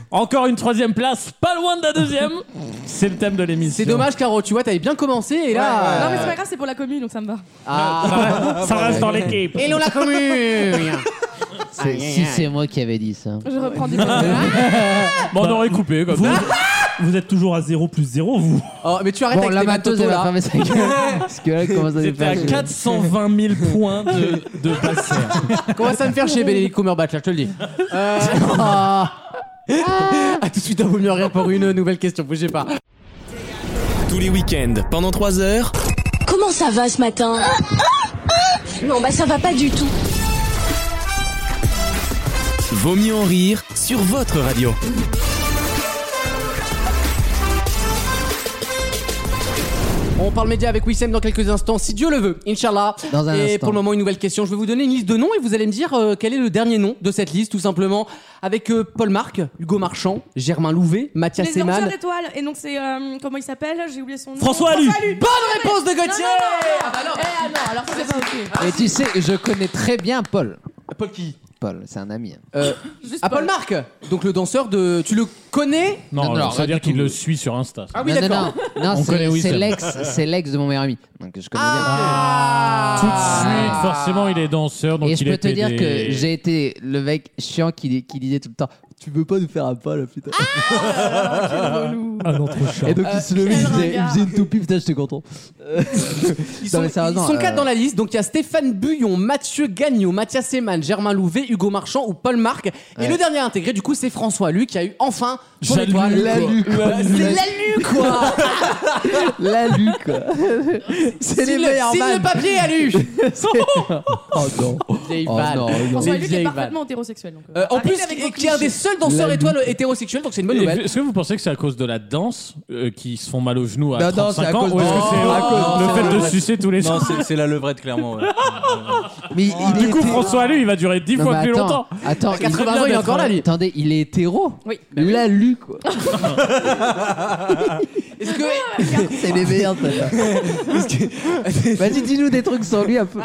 Encore une troisième place, pas loin de la deuxième. C'est le thème de l'émission. C'est dommage, Caro, tu vois, t'avais bien commencé et là. euh, Non, mais c'est pas grave, c'est pour la commune, donc ça me va. Ah. Ça reste dans l'équipe. Et l'on la (laughs) commune C'est- si c'est moi qui avais dit ça. Je reprends du points. Bon, on aurait coupé comme Vous, ça. vous êtes toujours à 0 plus 0, vous. Oh, mais tu arrêtes Bon, avec la tes matos, matotos elle va là. (laughs) fermer sa gueule. Parce que là, comment ça s'est C'était à passé 420 000 points de, de passer. Comment ça me faire chez Benedict Cumberbatch, là, je te (laughs) le dis. Euh... A tout de suite, (laughs) à vaut mieux rien pour une nouvelle question, bougez pas. Tous les week-ends, pendant 3 heures, Comment ça va ce matin Non, bah ça va pas du tout. Vaut mieux en rire sur votre radio. On parle médias avec Wissem dans quelques instants, si Dieu le veut, Inch'Allah. Dans un et instant. pour le moment, une nouvelle question. Je vais vous donner une liste de noms et vous allez me dire euh, quel est le dernier nom de cette liste, tout simplement. Avec euh, Paul Marc, Hugo Marchand, Germain Louvet, Mathias Les Seman. orties d'étoiles. Et donc, c'est. euh, Comment il s'appelle J'ai oublié son nom. François Alu. Bonne réponse de Gauthier Ah bah non Eh, ah non, alors ça, c'est pas ok. Et tu sais, je connais très bien Paul. Paul qui Paul, c'est un ami. euh, Juste Ah, Paul Paul. Marc Donc le danseur de. Tu le connais Non, Non, non, ça veut rien dire du qu'il tout. le suit sur Insta. Ah oui, non, d'accord. non, non, On non, connaît c'est- Wissem. c'est l'ex, c'est l'ex de mon meilleur ami. Donc je connais Tout de Ah. suite, forcément, il est danseur, donc bien. Et je il peux est te dire PD. que j'ai été le mec chiant qui, qui disait tout le temps Tu veux pas nous faire un Paul, putain (laughs) Ah non, trop chiant. Et donc il se levait, quel il faisait, il ringard. faisait une toupie, putain, j'étais content. Ils Non, sont, mais sérieusement, ils sont euh, quatre dans la liste. Donc il y a Stéphane Buyon, Mathieu Gagnon, Mathias Seman, Germain Louvet, Hugo Marchand ou Paul Marc. Et Ouais. le dernier intégré, du coup, c'est François Luc qui a eu enfin son J'allume étoile. la Lalu, quoi. C'est l'alu quoi Lalu, quoi. C'est les Signe le- meilleurs signe le man. papier, (laughs) Alu Oh non. Vieille Oh vanne. non, non. François Les Luc vieilles est vannes. parfaitement hétérosexuel. donc, euh, Euh, en arrêtez plus, avec vos qui est un des clichés. seuls danseurs Lalu. étoiles hétérosexuels, donc c'est une bonne Et (laughs) nouvelle. Est-ce que vous pensez que c'est à cause de la danse euh, qu'ils se font mal aux genoux à Non, non, 35 c'est à ans cause ou de- est-ce que c'est à cause de- le fait de sucer tous les Non, jours c'est- c'est la levrette, clairement. ouais. Mais il Du est coup, hétéro. François lui, il va durer 10 Non, fois mais plus attends, longtemps. Attends, À 80 ans, il est encore là, lui. Attendez, il est hétéro Oui. Lalu, quoi. Est-ce que C'est les meilleurs, ça. Vas-y, dis-nous des trucs sur lui un peu.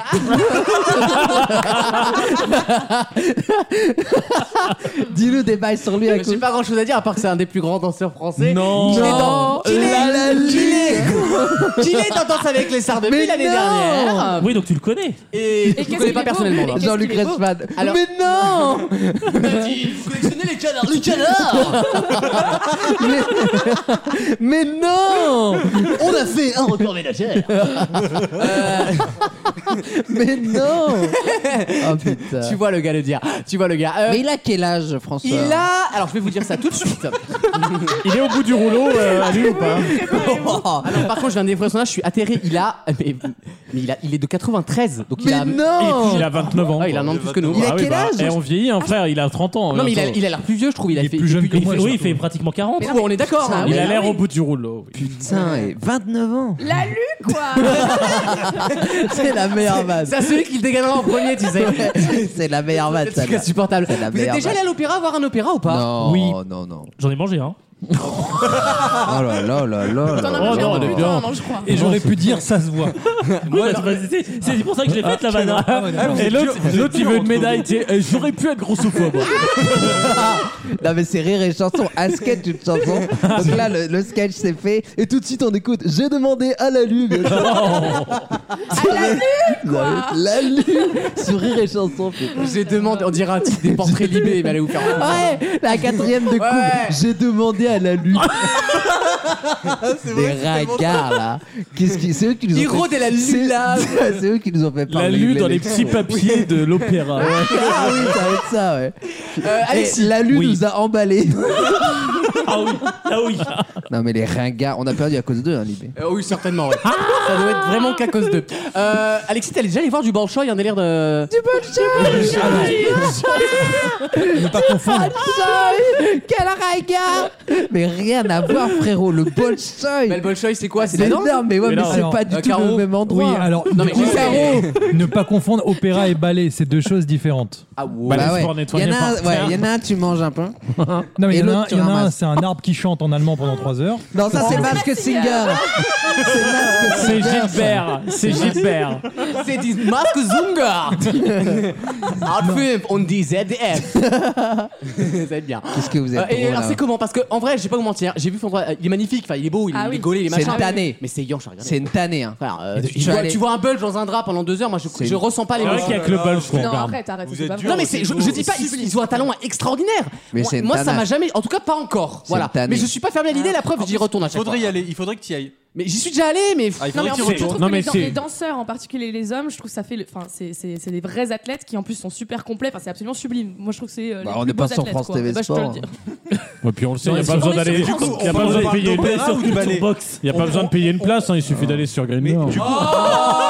dis-nous des bails sur lui un j'ai peu. pas grand chose à dire à part que c'est un des plus grands danseurs français Non. Qu'il est dans- qu'il est- la qu'il est- qu'il est dans Danse avec les stars depuis Mais l'année non. dernière Oui, donc tu le connais. et, je qu'est-ce ne connais qu'il pas est beau, personnellement. mais là. qu'est-ce Jean-Luc qu'il est beau. Reichmann. Alors- Mais non Vous collectionnez les canards, les canards mais... mais non On a fait un record ménagère Mais non Oh putain. Tu vois le gars le dire, tu vois le gars. Euh, Mais il a quel âge, François il a. Alors je vais vous dire ça tout de suite. (laughs) Il est au bout du rouleau, euh, à lui ou pas (laughs) Ah non, par contre, je viens de découvrir son âge, je suis atterré. Il a. Mais, mais il, a... il est de 93, donc il Mais a. non Il a 29 ans. Ah, il a un an de plus que nous. Il a quel âge Et on vieillit, hein, frère, il a 30 ans. Non, mais il a bientôt. il a l'air plus vieux, je trouve. Il a Il est fait. plus jeune il est que moi, oui, je il fait pratiquement 40. Mais non, mais on est d'accord. Putain, hein. mais Il a Ah l'air oui. au bout du rouleau. oui. Putain, et 29 ans La Luc, quoi C'est la meilleure vanne. C'est à celui qui le dégainera en premier, tu sais. (laughs) C'est la meilleure vanne, C'est celle-là. insupportable. C'est la Vous êtes meilleure déjà allé à l'opéra voir un opéra ou pas Non, Oui. non, non. J'en ai mangé, hein. Oh là là là là. là. Oh non, elle est bien. je crois. Et j'aurais pu dire, ça se voit. Oui, bah, c'est- c'est c'est pour ça que je l'ai faite, la vanne. Ah ouais, d'accord. Et l'autre, Vous êtes l'autre, il dur veut une entre médaille. tu sais. Eh, J'aurais pu être grossophobe. Non mais c'est rire et chanson, un sketch une chanson. Donc là le, le sketch c'est fait et tout de suite on écoute. J'ai demandé à la lune. (laughs) à la lune (laughs) La lune sur rire et chanson. putain. J'ai demandé, on dirait un titre des (laughs) portraits libés, mais allez vous faire. Ouais, la quatrième de coupe. Ouais. J'ai demandé à la lune. Des ragards là. Qu'est-ce qui, c'est eux qui nous ont Hiro fait- de la lune, c'est- là. (laughs) C'est eux qui nous ont fait La parler. lue dans les petits l'élection. papiers de l'opéra. Ah oui, ça va être ça, ouais. Euh, Et Alexis, la lune Oui. nous a emballés. Ah oui, ah oui. non mais les ringards, on a perdu à cause d'eux, hein, Libé. Euh, oui, certainement, ouais. Ah Ça doit être vraiment qu'à cause d'eux. Euh, Alexis, t'allais déjà aller voir du Bolshoi, un délire de. Ne pas confondre. Bolshoi Ah, Quel regard Mais rien à voir, frérot, le Bolshoi Mais le Bolshoi, c'est quoi C'est C'est la danse énorme, mais ouais, Mais mais non. c'est Alors, pas du euh, tout Caro le même Oui, endroit. hein. alors, Non, mais ne- oui. ne pas confondre opéra et ballet, c'est deux choses différentes. Ah ouais. Bah Balance ouais. pour nettoyer Il y en a un- par ouais, terre. il y en a un, tu manges un pain. Non, mais Et il y en a l'autre, un, tu il y en a un, ramasses. c'est un arbre qui chante en allemand pendant 3 heures. Non, ça c'est Mask Singer. c'est Mask C'est Singer. ça. Gilbert, c'est Gilbert. C'est dit Mark Zungard (laughs) Outfilm, on dit ZDF Ça va être bien. Qu'est-ce que vous êtes Euh, et drôle, hein. alors, là. c'est comment Parce que en vrai, je vais pas vous mentir, j'ai vu Fondra, il est magnifique, enfin il est beau, il, Ah il est oui. gaulé, il est C'est machin. une tannée. Mais c'est Yanche, regardez. C'est une tannée. Hein. Frère, euh, Je tu, suis vois, allé- tu vois un bulge dans un drap pendant deux heures, moi je, je ressens pas les C'est vrai l'émotion. qu'il y a que le bol, je crois. Non, encore. arrête, arrête, Vous c'est êtes pas dur. vrai. Non mais c'est- je, je dis pas, Sublime. ils, ils ont un talent extraordinaire. Mais moi, c'est une moi, ça tanasse. m'a jamais, en tout cas pas encore. Voilà. une tanasse. Mais je suis pas fermé à l'idée. La preuve, j'y retourne à Il chaque Ah, faudrait fois. y aller, il faudrait que tu y ailles. Mais j'y suis déjà allé, mais Ah, il non, mais faudrait que en fait, tu y Je retournes. trouve Non, que mais les, dan- c'est- les danseurs, en particulier les hommes, je trouve ça fait. le- Enfin, c'est- c'est c'est des vrais athlètes qui en plus sont super complets. Enfin, c'est absolument sublime. Moi, je trouve que c'est. euh, Bah, on les plus n'est pas beaux sur athlètes, France quoi. TV Eh ben, je te Sport. le dis. Et puis on le sait, il n'y a Ouais, pas c'est besoin vrai, d'aller. c'est vrai. Il n'y a pas On besoin de parle payer une d'opéra place sur ou de ballet Culture Box. Il n'y a pas besoin de payer une place, hein, il suffit d'aller sur Grindr. Oh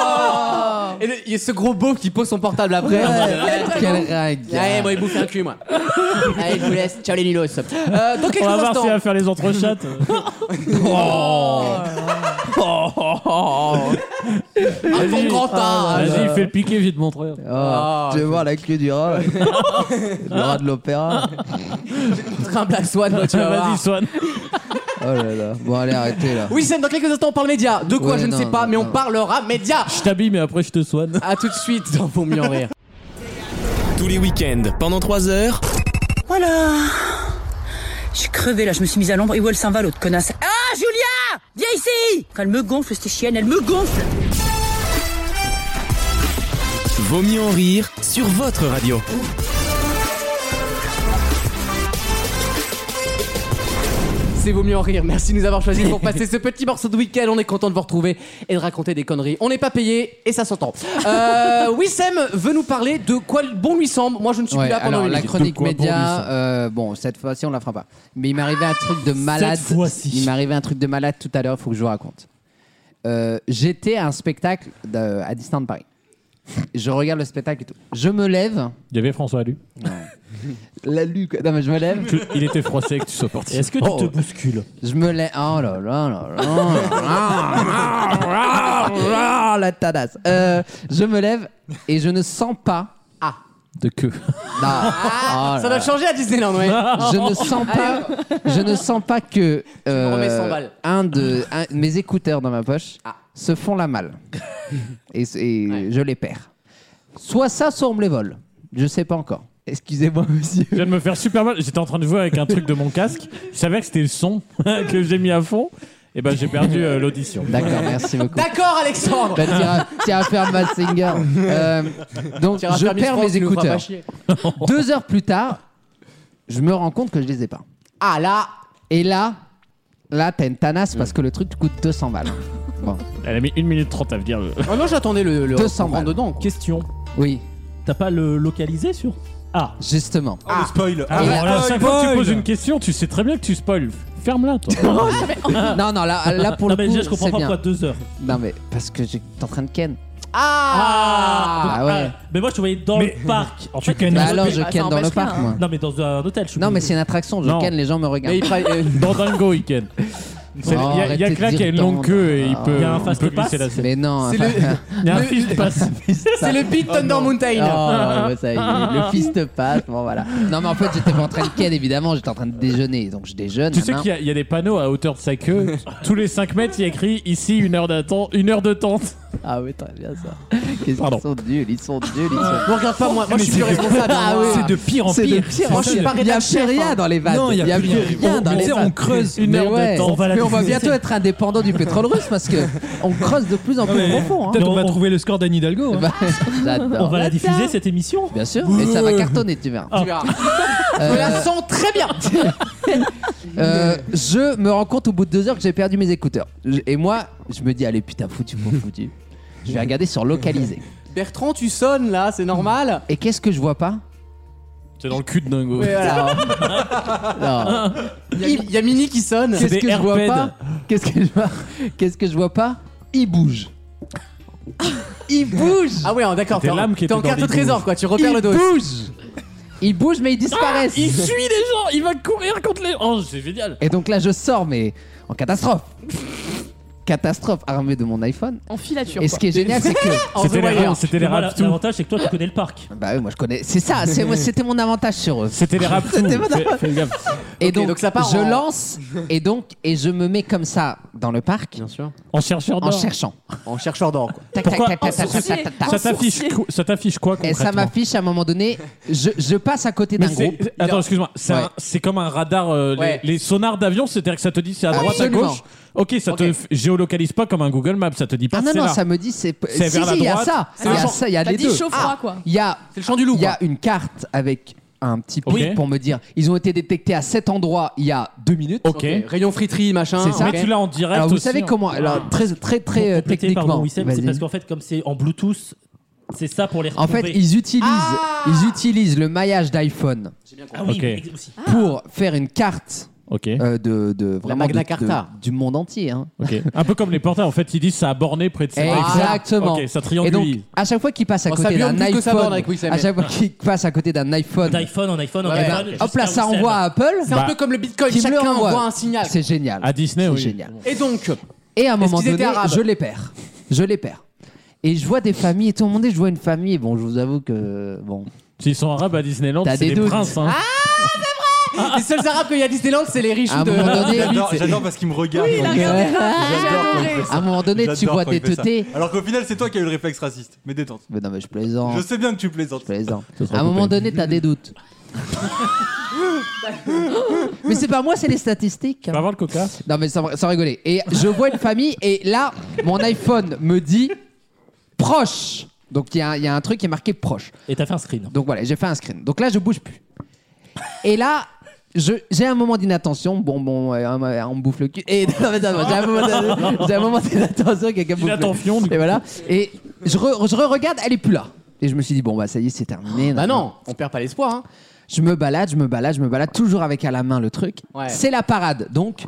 Et le- il y a ce gros beau qui pose son (laughs) portable après. Quel Ouais, moi regard. il bouffe un cul moi. Allez, je vous laisse. Ciao les Milos. Euh, dans quelques On va voir instants. s'il va faire les entrechats. (laughs) Un bon grand art. Vas-y, il fait le piqué, je vais te montrer. Oh, tu veux voir la queue du rat Le rat de l'opéra. Un Black Swan, moi, tu (laughs) vas voir. (laughs) Vas-y, Swan. Oh là là. Bon, allez, arrêtez là. Oui, Sam, dans quelques instants on parle média. De quoi Ouais, je ne non, sais pas, non, mais on non. parlera média. Je t'habille, mais après, je te soigne. À tout de suite dans Vaut mieux en rire. (laughs) Tous les week-ends, pendant 3 heures. Voilà. Je suis crevée là, je me suis mise à l'ombre. Et où elle s'en va, l'autre connasse Ah, Julia Viens ici Quand elle me gonfle, cette chienne, elle me gonfle Vaut mieux en rire sur votre radio. (laughs) C'est vaut mieux en rire. Merci de nous avoir choisis pour passer ce petit morceau de week-end. On est content de vous retrouver et de raconter des conneries. On n'est pas payé et ça s'entend. (laughs) Euh, Wissem veut nous parler de quoi le bon lui semble. Moi, je ne suis Ouais, plus là pendant alors une la minute. chronique De quoi pour lui, média, euh, bon cette fois-ci on la fera pas. Mais il m'arrivait un truc de malade. fois-ci. Il m'arrivait un truc de malade tout à l'heure, il faut que je vous raconte. Euh, J'étais à un spectacle de- à Disneyland Paris. Je regarde le spectacle et tout. Je me lève. Il y avait François Alu. La Luc. Non mais je me lève. Tu- Il était froissé que tu sois parti. Oh. Est-ce que tu te bouscules Je me lève. Oh là là là là là là là la tadasse. Euh, je me lève et je ne sens pas. (laughs) De queue. Non. Oh Ah. Ça là doit changer à Disneyland, (laughs) ouais. je ne sens pas, je ne sens pas que euh, remets 100 balles. un de un- mes écouteurs dans ma poche Ah. se font (laughs) la malle et, c- et Ouais. je les perds. Soit ça, soit on me les vole. Je sais pas encore. Excusez-moi, monsieur. Je viens de me faire super mal. J'étais en train de jouer avec un truc de mon casque. Je savais que c'était le son (laughs) que j'ai mis à fond. Et ben, j'ai perdu euh, l'audition. D'accord, merci beaucoup. D'accord, Alexandre. Bah, t'iras- t'iras faire Mass Singer. Euh, donc, T'iras je faire Miss perds France, mes tu nous feras écouteurs. pas chier. Deux heures plus tard, je me rends compte que je les ai pas. Ah (laughs) là, Et là, là, t'as une tanasse parce que le truc coûte 200 balles. Bon, Elle a mis 1 minute 30 à venir. le- oh non, j'attendais le, le 200 rentrant balles. dedans. (laughs) Question. oui, T'as pas le localisé sur Ah. justement. Oh, le spoil. Ah, Oh, bon, là, à chaque fois que tu spoil poses une question, tu sais très bien que tu spoil. Ferme-la, (laughs) toi. Non, non, là, là pour non, le mais coup, déjà, je comprends c'est pas bien. pourquoi 2 heures. Non mais parce que j'étais en train de ken. Ah, Ah ouais. mais moi, je te voyais dans Mais- le parc. En Tu fait, cannes- Bah mais- alors mais- je bah, ça ken dans le empêche parc rien, moi. Non, mais dans un hôtel, je suis Non mais c'est une attraction, je hein. Non. (laughs) ken, les gens me regardent. Mais il travaille- euh, Dans Dingo Weekend. C'est- Il y a- il y a que là qui a une longue queue et il peut, Il y a un il fast peut glisser pass la selle. Mais non, un C'est le- fast- il y a un fist pass. C'est le beat Thunder Mountain. Oh, ouais, ça y est, le fist passe. Bon, voilà. Non, mais en fait, j'étais pas en train de ken, évidemment, j'étais en train de déjeuner. Donc, je déjeune. Tu sais nanan. qu'il y a- il y, a des panneaux à hauteur de sa queue. Tous les 5 mètres, il y a écrit ici une heure d'attente, une heure de tente. Ah oui, très bien ça. Qu'est-ce qu'ils sont nuls, ils sont nuls, ils sont. Vous regarde pas moi, moi je suis plus responsable. (laughs) Ah oui. hein. C'est de pire en C'est de pire. pire Moi, en je suis pire. pas Il y a plus rédacteur, rien hein. dans les vannes. Non, il y a plus rien dans Mais les tu sais, vannes. on creuse Une Mais heure de ouais. temps. On va la Mais on va diffuser. bientôt être indépendant du pétrole russe parce que on creuse de plus en plus mais- profond. hein. (laughs) Peut-être on va trouver le score d'Anne Hidalgo. hein. Bah, (laughs) j'adore. On va la diffuser cette émission Bien sûr, mais ça va cartonner, tu verras. Tu verras. Je la sens très bien. Euh, je me rends compte au bout de deux heures que j'ai perdu mes écouteurs. Je- Et moi, je me dis, allez putain, foutu (laughs) pour foutu. Je vais regarder sur localiser. Bertrand, tu sonnes là, c'est (laughs) normal. Et qu'est-ce que je vois pas C'est dans le cul de dingo. (laughs) Mais voilà. Non. Il y a- il y, a Mini qui sonne. Qu'est-ce que des je vois AirPods. pas Qu'est-ce que je vois Qu'est-ce que je vois pas Il (laughs) bouge. Il bouge. Ah ouais, hein, d'accord. Des T'es en, lames qui t'es en étaient dans carte les trésor quoi, tu repères le Il dos. bouge. Il bouge, mais ils disparaissent. Il suit les gens, il va courir contre les. Oh, c'est génial. Et donc là, je sors, mais en catastrophe. Catastrophe armée de mon iPhone. En filature. Et ce qui est génial, c'est que En C'était The les, Wire. rap- c'était les Moi, rap la- L'avantage, c'est que toi, tu connais le parc. Bah oui, moi je connais. C'est ça, c'est- moi, c'était mon avantage sur eux. C'était les rap (laughs) C'était mon Fais- fais gaffe. Et Ok, donc, donc ça part je en- (laughs) lance et donc et je me mets comme ça dans le parc Bien sûr. En chercheur en d'or. cherchant. En chercheur d'or quoi. Tac, Pourquoi tac, tac, Un tac, tac, tac, tac, tac. Ça t'affiche, Sourcier. quoi- ça t'affiche quoi Et Eh, ça concrètement m'affiche à un moment donné, je, je passe à côté d'un Mais c'est- groupe. Attends, excuse-moi. C'est Ouais. un- C'est comme un radar. euh, les- Ouais. les, sonars d'avion, c'est-à-dire que ça te dit c'est à droite, Absolument. à gauche. Ok, ça te Ok. f- géolocalise pas comme un Google Maps. Ça te dit pas. Ah non, c'est non, là. ça me dit c'est. C'est si, vers la si, il y a droite. ça. Il y a Ah, ça, il y a T'as les dit deux. chaud froid quoi. Il y a, C'est le champ du loup il y quoi. a une carte avec un petit Ok. prix pour me dire ils ont été détectés à cet endroit il y a deux minutes. Ok. Ah, Ok, Rayon friterie machin. C'est ça. Mais tu l'as en direct. Alors vous aussi, savez hein. comment Alors très très très euh, Pour compléter, techniquement. pardon, Wissem, c'est Vas-y. parce qu'en fait, comme c'est en Bluetooth, c'est ça pour les En retrouver. fait, ils utilisent Ah ils utilisent le maillage d'iPhone Ah oui, Ok. mais ex- aussi. pour faire une carte Ok. euh, de, de vraiment Magna de- de- Carta. du monde entier. hein. Ok. Un peu comme les portails, en fait, ils disent ça a borné près de Eh, ça. Exactement. Ok, ça Et donc triangule. à chaque fois qu'il passe à Oh, ça côté burne d'un plus que ça borne iPhone, avec Wissem. à chaque fois qu'il passe à côté d'un iPhone, d'iPhone en iPhone en eh ben, iPhone. hop là jusqu'à ça Wissem. envoie à Apple. Bah, C'est un peu comme le Bitcoin, Qui me le chacun renvoie. envoie un signal. C'est génial. À Disney, C'est oui. génial. Et donc, Et à un moment qu'ils étaient donné, arabes je les perds. Je les perds. Et je vois des familles, et tout le monde, est- je vois une famille. Bon, je vous avoue que. Bon. S'ils sont arabes à Disneyland, T'as c'est des des, doutes. Ah. princes. Hein. les seuls arabes qu'il y a à Disneyland, c'est les riches À un de. moment donné, (laughs) J'adore c'est- j'adore parce qu'il me regarde. Ouais. (laughs) J'adore quand il fait ça. à un moment donné, tu J'adore vois quand des il fait ça. teutés. Alors qu'au final, c'est toi qui as eu le réflexe raciste. Mais détente. Mais non, mais je plaisante. Je sais bien que tu plaisantes. Je plaisante. Ça sera À un coupé. moment donné, t'as (laughs) des doutes. mais c'est pas moi, c'est les statistiques. Tu vas voir le coca Non, mais sans, sans rigoler. Et je vois une famille, et là, mon iPhone me dit proche. Donc il y, a un- il y a un truc qui est marqué proche. Et t'as fait un screen. Donc voilà, j'ai fait un screen. Donc là, je bouge plus. Et là, je- j'ai un moment d'inattention. Bon, bon, euh, euh, on me bouffe le cul. Et (laughs) non, mais non, non, j'ai un moment d'in- j'ai un moment d'inattention, quelqu'un me bouffe le cul. Inattention, du Et voilà. Et je, re- je regarde, elle est plus là. Et je me suis dit, bon, bah ça y est, c'est Ah, (laughs) terminé. Bah non, on perd pas l'espoir. Hein. Je me balade, je me balade, je me balade, toujours avec à la main le truc. Ouais. C'est la parade. Donc,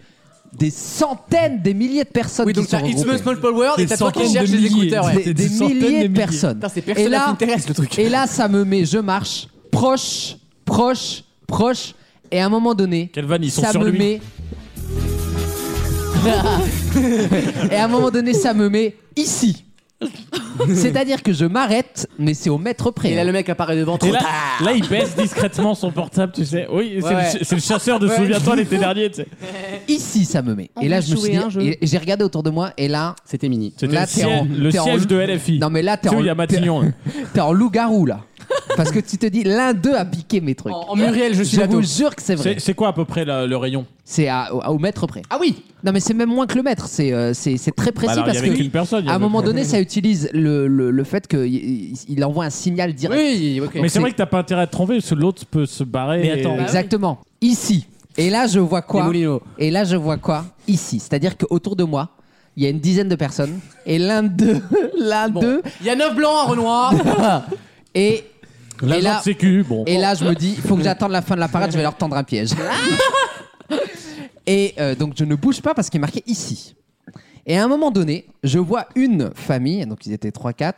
des centaines, des milliers de personnes Oui, qui donc sont t'as It's regroupées. a Small Paul World et Des t'as toi qui centaines de cherches les milliers. écouteurs. ouais. Des- Des, des centaines de milliers milliers. de personnes. Putain, c'est Et personne qui là, intéresse le truc. et là, ça me met, je marche, proche, proche, proche, et à un moment donné, Quelle vanne, ils sont ça sur me lui. met. et à un moment donné, ça me met ici. C'est-à-dire que je m'arrête, mais c'est au mètre près. Et là, hein. le mec apparaît devant Et toi. là, là, il baisse discrètement son portable, tu sais. Oui, c'est Ouais, ouais. le, ch- c'est le chasseur de Ouais. Souviens-toi l'été dernier, tu sais. Ici, ça me met. On Et là, peut je me suis jouer à un dit, jeu. et- et j'ai regardé autour de moi, et là, C'était mini. C'était Là, le t'es siège, en- le t'es en- siège de LFI. non mais là, Tu t'es sais en, où il y a Matignon. là t'es en (laughs) loup-garou là, parce que tu te dis, l'un d'eux a piqué mes trucs. Oh. En, en Muriel, je suis Je là. vous jure que c'est vrai. C'est c'est quoi à peu près la- le rayon C'est à- au, au mètre près. Ah oui Non, mais c'est même moins que le mètre. C'est euh, c'est c'est très précis Bah Alors, il y parce avait que qu'une personne. il y à un avait- moment donné, ça utilise le, le, le fait qu'il il envoie un signal bah direct. Oui, ok. Mais c'est c'est- vrai que t'as pas intérêt à te tromper parce que l'autre peut se barrer. Mais attends, bah et- oui. Exactement. Ici. Et là, je vois Les quoi Moulineaux. Et là, je vois quoi Ici. C'est-à-dire qu'autour de moi, il y a une dizaine de personnes. Et l'un d'eux, (laughs) l'un d'eux, Il y a 9 blancs, un (laughs) Renoir. et, et L'agent là, de sécu, bon. et là, je me dis, il (laughs) faut que j'attende la fin de la parade, je vais leur tendre un piège. et euh, donc, je ne bouge pas parce qu'il est marqué ici. Et à un moment donné, je vois une famille, donc ils étaient 3-4,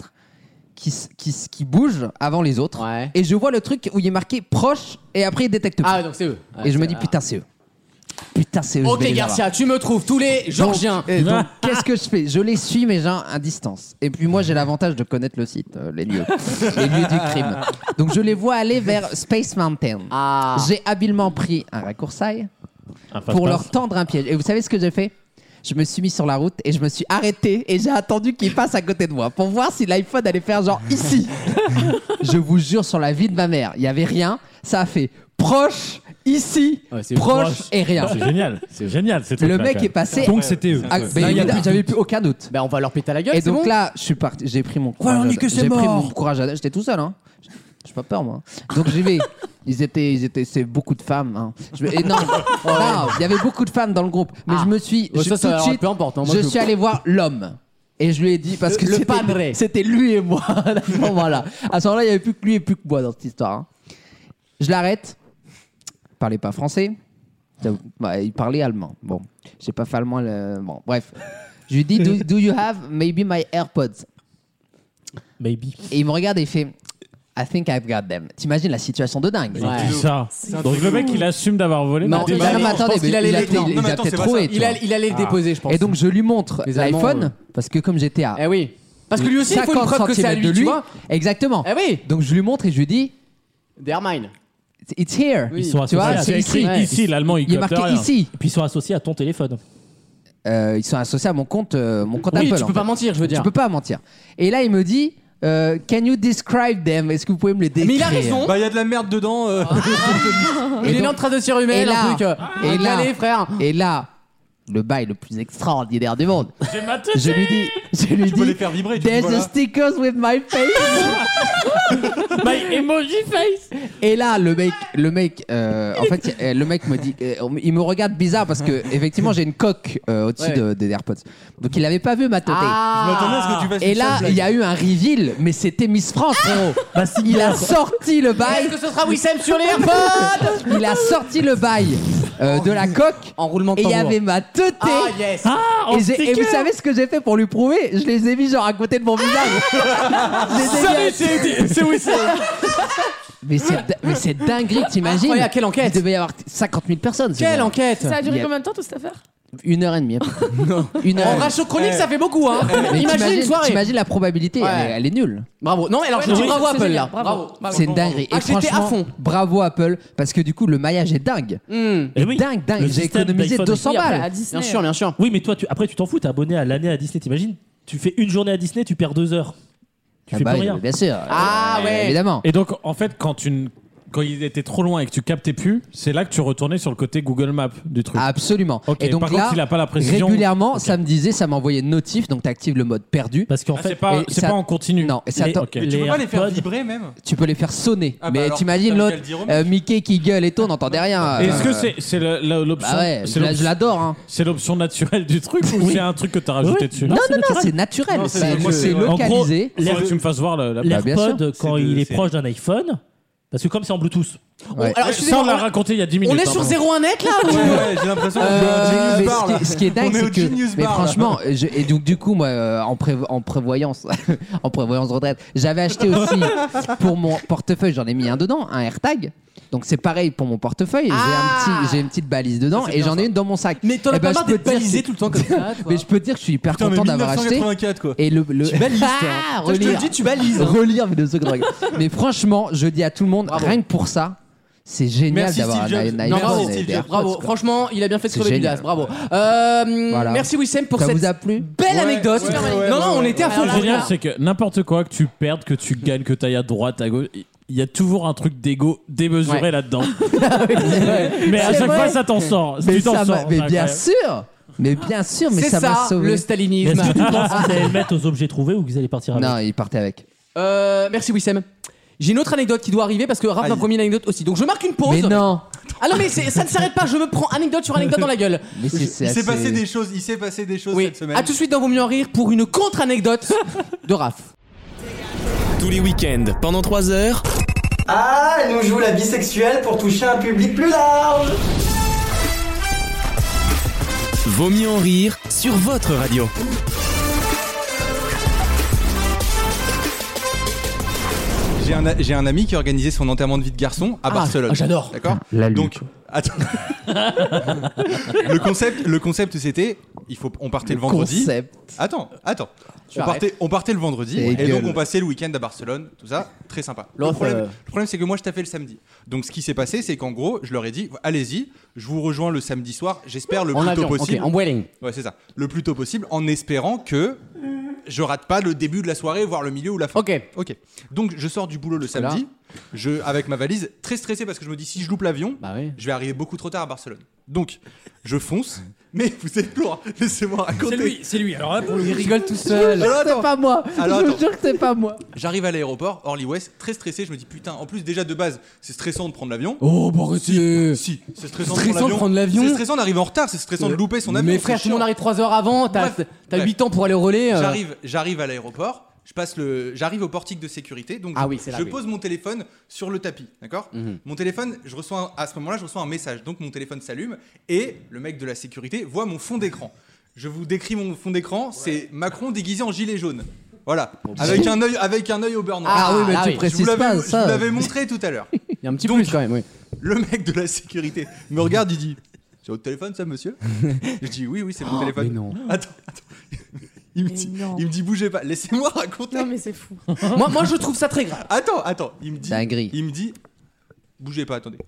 qui, s- qui, s- qui bouge avant les autres. Ouais. Et je vois le truc où il est marqué proche et après il détecte. plus. Ah, donc c'est eux. Ouais, et je me c'est- dis, putain, c'est eux. putain, c'est eux, je Ok vais les Garcia, avoir. tu me trouves tous les Georgiens. Donc, euh, donc, qu'est-ce que je fais Je les suis, mais genre à distance. Et puis moi, j'ai l'avantage de connaître le site, euh, les lieux, les lieux du crime. Donc je les vois aller vers Space Mountain. Ah. J'ai habilement pris un raccourci pour leur tendre un piège. Et vous savez ce que j'ai fait je me suis mis sur la route et je me suis arrêté et j'ai attendu qu'il passe à côté de moi pour voir si l'iPhone allait faire genre ici. (laughs) je vous jure sur la vie de ma mère, il y avait rien, ça a fait proche, ici, proche, et rien. C'est génial, c'est génial. ces (laughs) Le trucs-là, mec quand est même. passé. Ah, bah, évidemment, J'avais plus aucun doute. Ben, on va leur péter à la gueule. Et donc là, je suis parti. J'ai pris mon courage. Bah, Voilà, on dit à- que c'est J'ai pris mort. mon courage. à- J'étais tout seul. Hein. J'ai pas peur moi. hein. Donc (laughs) j'y vais. Ils étaient, ils étaient, c'est beaucoup de femmes. Hein. Je, vais- et non, non, il y avait beaucoup de femmes dans le groupe. Mais je me suis, Ah. Ouais, je- ça, ça tout de leur- suite, peu importe, hein, moi, je je- suis allé voir l'homme. Et je lui ai dit parce Le- que le c'était- padre. c'était lui et moi (laughs) à ce moment-là. À ce moment-là, il y avait plus que lui et plus que moi dans cette histoire. hein. Je l'arrête. Il parlait pas français. Bah, il parlait allemand. Bon, j'ai pas fait allemand. le- Bon, bref. Je lui dis, do, do you have maybe my AirPods? Maybe. Et il me regarde et il fait, I think I've got them. T'imagines la situation de dingue. Il dit ça. Donc le mec, il assume d'avoir volé. Non, mais il- t'es non, mais malade. attendez, Je pense qu'il mais allait il a- les- il- Non, il mais a attends, peut-être c'est pas ça. trouvé, tu Il vois. allait- il allait le Ah. déposer, je pense. Et donc je lui montre Les Allemands, l'iPhone euh. parce que comme j'étais à. Eh oui. Parce que lui aussi, il faut une 50 preuve que c'est à lui, centimètres de tu vois. Exactement. Eh oui. Donc je lui montre et je lui dis, They're mine. it's here. Oui. Ils Tu sont vois, associés. c'est C'est écrit ici. ici, l'allemand, il Il est capte marqué rien. ici. Puis ils sont associés à ton téléphone. Euh, ils sont associés à mon compte, euh, mon compte Oui, Apple. tu en peux fait. pas mentir, je veux dire. Tu peux pas mentir. Et là, il me dit, euh, can you describe them Est-ce que vous pouvez me les décrire Mais il a raison. Bah, il y a de la merde dedans. euh. Ah. Il est donc- né en train de surhumaine, et là, un truc. euh, et là, allez, frère. Et là, le bail le plus extraordinaire du monde. J'ai ma Je lui dis, je lui dis, there's voilà. a stickers with my face. (laughs) My emoji face. Et là, le mec, le mec, euh, en fait, euh, le mec me dit, euh, il me regarde bizarre parce que effectivement, j'ai une coque euh, au-dessus Ouais. de- des AirPods. Donc il avait pas vu ma totée. Ah. Je m'attendais à ce que tu fasses Et une là, sale il y a eu un reveal, mais c'était Miss France, frérot. il bien. a sorti le bail. Est-ce que ce sera Wissem sur (laughs) les AirPods Il a sorti le bail euh, de la coque. En roulement de Et il y tambour. avait ma totée. Ah, yes. Ah, Oh, en et, j'ai- et sticker. vous savez ce que j'ai fait pour lui prouver Je les ai mis genre à côté de mon visage. Je les ai mis à- Salut, Ah, (laughs) c'est- c'est Wissem. mais c'est mais c'est dinguerie, t'imagines Incroyable, quelle enquête Il devait y avoir 50 000 personnes. Quelle enquête Ça a Il duré y a combien de temps toute cette affaire Une heure et demie. non. Une heure. En ratio chronique, ça fait beaucoup, hein. Imagine une soirée. T'imagines la probabilité, Ouais. elle, est, elle est nulle. Bravo. Non, alors je Ouais, dis non, bravo c'est Apple génial, là. Bravo. Bravo. C'est une dinguerie. Ah, et j'étais franchement, à fond. Bravo Apple, parce que du coup, le maillage est dingue. Et Eh oui, Dingue, dingue. le J'ai système économisé d'iPhone. 200 Oui, après, balles. à Disney, Bien sûr, euh. bien sûr. Oui, mais toi, tu- après, tu t'en fous, t'es abonné à l'année à Disney, t'imagines Tu fais une journée à Disney, tu perds deux heures. Tu Ah fais bah plus oui, rien. bien sûr. Ah Euh, ouais. évidemment. Et donc, en fait, quand tu ne- quand il était trop loin et que tu captais plus, c'est là que tu retournais sur le côté Google Maps du Ah, truc. Absolument. Ok, et donc par là, contre, il a pas la précision. régulièrement, ça me disait, ça m'envoyait une notif, donc t'actives le mode perdu. Parce qu'en Ah, c'est pas- c'est pas en continu. Non, et ça Les- t'en- ok. Mais tu peux pas les faire vibrer même Tu peux les faire sonner. Ah bah mais alors, t'imagines t'as l'autre, qu'à le dire au euh, Mickey qui gueule et tout, on n'entendait rien. euh, Est-ce que c'est c'est le- la- l'option Bah ouais, c'est je la- l'option- je l'adore, hein. C'est l'option naturelle du truc ou c'est un truc que t'as rajouté Oui. dessus Non, Non, non, non, c'est naturel. Non, C'est je crois que c'est ouais. localisé. En gros, faudrait que tu me fasses voir le- la Bah, bien sûr. L'AirPod, quand C'est de- il est c'est- proche d'un iPhone, parce que comme c'est en Bluetooth. Ouais. Alors, Ça, on l'a raconté il y a 10 minutes. hein, On est sur pardon. 0 (laughs) net là ou- j'ai l'impression Euh, mais ce, qui, ce qui est dingue, On est au c'est que. Genius Mais Bar, là. franchement, je- et donc du coup, moi, euh, en, pré- en prévoyance, (laughs) en prévoyance retraite, j'avais acheté aussi pour mon portefeuille, j'en ai mis un dedans, un AirTag. Donc c'est pareil pour mon portefeuille, j'ai un Ah petit- j'ai une petite balise dedans et j'en ai une dans mon sac. Eh ben, Mais t'en as pas marre d'être balisé (laughs) tout le temps comme ça, toi Mais je peux te dire que je suis hyper Putain, mais content d'avoir acheté. 1984, quoi. Et le, le... Tu (laughs) balises, toi. Ah, Toi, je te le relire. dis, tu balises, hein. Relire mes deux secondes. (laughs) Mais franchement, je dis à tout le monde, rien que pour ça, c'est génial Merci, d'avoir un Steve Jobs. iPhone. Non, bravo, et Steve des Jobs, AirPods, bravo. quoi. Franchement, il a bien fait de C'est crever du génial. gaz, bravo. Euh, Voilà. Merci Wissem pour Ça cette vous a plu belle anecdote. non, non, on était à fond. Ce qui est génial, c'est que n'importe quoi que tu perdes, que tu gagnes, que tu ailles à droite, à gauche, il y a toujours un truc d'ego démesuré là-dedans. Mais à C'est chaque vrai. fois, ça t'en sort. Mais, Tu t'en ça sors, m'a- c'est mais bien incroyable. sûr Mais bien sûr, mais C'est ça m'a ça, sauvé. le stalinisme. Est-ce que tu penses que vous allez le mettre aux objets trouvés ou que vous allez partir avec Non, il partait avec. Euh, merci Wissem. J'ai une autre anecdote qui doit arriver parce que Raph m'a promis une anecdote aussi. Donc je marque une pause. Mais non. Ah non mais c'est- ça ne s'arrête pas. Je me prends anecdote sur anecdote dans la gueule. Mais c'est- Je- c'est Il s'est assez- Ah, passé des choses, il s'est passé des choses cette semaine. À tout de suite dans Vos mieux en rire pour une contre-anecdote de (laughs) Raph. Tous les week-ends, pendant 3 heures. Ah, elle nous joue la bisexuelle pour toucher un public plus large. Vaut mieux en rire sur votre radio. J'ai un, a- j'ai un ami qui a organisé son enterrement de vie de garçon à Ah, Barcelone. ah, j'adore. D'accord La Donc, Attends. le concept, le concept c'était, il faut, on partait le, vendredi. concept. Attends, attends. Tu On partait, arrêtes. on partait le vendredi Et et, donc gueule. on passait le week-end à Barcelone, tout ça, très sympa. Le L'offre, problème, euh. le problème, c'est que moi je tapais le samedi. Donc ce qui s'est passé, c'est qu'en gros, je leur ai dit, allez-y, je vous rejoins le samedi soir, j'espère le En plus avion, tôt possible. ok, en Vueling. Ouais, c'est ça. Le plus tôt possible, en espérant que je rate pas le début de la soirée, voire le milieu ou la fin. Ok. Ok. Donc je sors du boulot le Jusque-là. samedi, je, avec ma valise, très stressé parce que je me dis si je loupe l'avion, Bah je vais arriver beaucoup trop tard à Barcelone. Donc je fonce. Mais vous êtes lourd, hein. laissez-moi raconter. C'est lui, c'est lui. Alors là, pour le Il coup- rigole tout seul. Je- Alors, C'est pas moi. Alors, je vous attends. jure que c'est pas moi. J'arrive à l'aéroport, Orly West, très stressé. Je me dis putain, en plus, déjà de base, c'est stressant de prendre l'avion. Oh, bah arrêtez Si, c'est stressant, Stressant de prendre l'avion. C'est stressant d'arriver en retard, c'est stressant de louper son avion. Mais c'est frère, tout le chiant. monde arrive 3 heures avant, t'as Bref, t'as bref. 8 ans pour aller au relais. euh. J'arrive, j'arrive à l'aéroport. Je passe le, j'arrive au portique de sécurité, donc Ah je, oui, c'est là, je oui. pose mon téléphone sur le tapis, d'accord Mhm. Mon téléphone, je reçois un- à ce moment-là, je reçois un message, donc mon téléphone s'allume et le mec de la sécurité voit mon fond d'écran. Je vous décris mon fond d'écran, c'est Macron déguisé en gilet jaune, voilà, avec un œil, avec un œil au beurre noir. Ah oui, mais Ah tu oui. je précises vous l'avais- pas, je ça. vous l'avais montré tout à l'heure. Il y a un petit plus quand même, oui. Le mec de la sécurité me regarde, il dit C'est votre téléphone ça, monsieur Je dis Oui, oui, c'est mon Oh, téléphone. mais non. Attends, attends. Il me, dit, il me dit Bougez pas, laissez-moi raconter. Non, mais c'est fou. moi, moi, je trouve ça très grave. (laughs) Attends, attends. Il me dit Il me dit Bougez pas, attendez.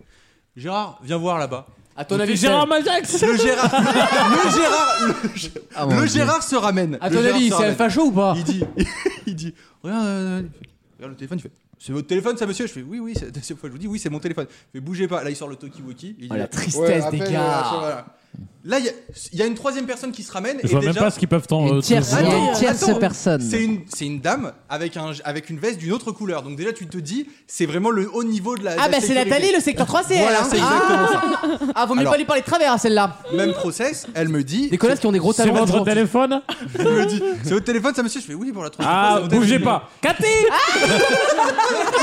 Gérard, viens voir (laughs) là-bas. À ton avis, Gérard Majax Le Gérard Le Gérard Le, Gé- Ah, mon le Dieu. Gérard se ramène À Le ton Gérard avis, se c'est ramène. Alpha Show ou pas Il dit, (laughs) il dit regarde, euh, il fait- regarde le téléphone, il fait c'est votre téléphone ça monsieur Je fais oui oui, c'est (laughs) la deuxième fois que je vous dis oui c'est mon téléphone. Mais bougez pas, là il sort le talkie-walkie. il Oh, dit, la tristesse des appelle, gars. Ah, euh, voilà. Là il y a- il y, a une troisième personne qui se ramène. Je et vois déjà- même pas ce qu'ils peuvent t'en- Une euh, tierce- Attends, il y a une tierce attends, personne. C'est une, c'est une dame avec, un, avec une veste d'une autre couleur. Donc déjà tu te dis c'est vraiment le haut niveau de la Ah, de bah la c'est sécurité. Nathalie, le secteur 3C. Voilà, elle, hein. c'est exactement ça. ah, Ah, vaut mieux Alors- pas lui parler de travers à celle-là. Même process, elle me dit. Des connasses qui ont des gros C'est talons. votre téléphone Elle me dit c'est votre téléphone ça monsieur Je fais oui pour la troisième Ah, fois, c'est votre bougez téléphone. pas. Cathy (laughs)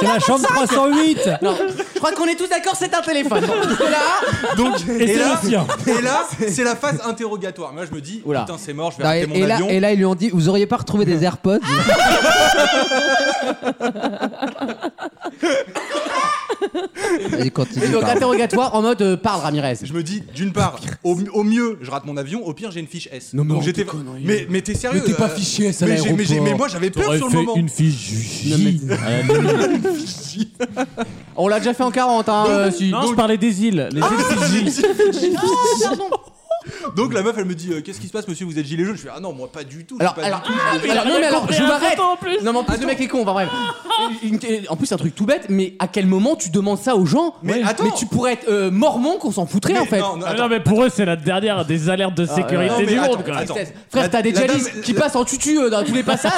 C'est la chambre 308 Non, je crois qu'on est tous d'accord, c'est un (laughs) téléphone. Bon, Là, Donc, Et et, c'est là, le sien. et là, c'est la phase interrogatoire. Moi, je me dis, Oula. putain, c'est mort, je Non, vais et, arrêter et mon là, avion. et là, ils lui ont dit Vous auriez pas retrouvé des (laughs) AirPods Vas-y, continue. Et donc pardon. interrogatoire en mode euh, parle Ramirez. Je me dis, d'une part, au, au mieux, je rate mon avion, au pire, j'ai une fiche S. Non, mais Donc, on j'étais- te connerie. mais, mais t'es sérieux Mais t'es pas euh, fiché S à mais j'ai- mais j'ai- l'aéroport. Mais moi, j'avais peur T'aurais sur le fait moment. une fiche J. à la limite. On l'a déjà fait en 40 hein. euh, si. Non, je parlais des îles. Ah. Ah, Les îles Fidji. (laughs) Donc, la meuf, elle me dit, euh, qu'est-ce qui se passe, monsieur, vous êtes gilet jaune Je fais, ah non, moi, pas du tout. je Alors, suis pas alors, du tout. mais alors, non, mais alors, je m'arrête. Non, mais en plus, le mec est con, enfin bref. Une- une- en plus, c'est un truc tout bête, mais à quel moment tu demandes ça aux gens Mais attends. tu pourrais être euh, mormon qu'on s'en foutrait Mais en fait. Euh, non, non, Ah non, mais pour eux, c'est la dernière des alertes Ah, de sécurité non, mais du attends, monde. quoi. attends. Frère, t'as des La- la jalis dame- qui passent en tutu euh, dans tous les passages,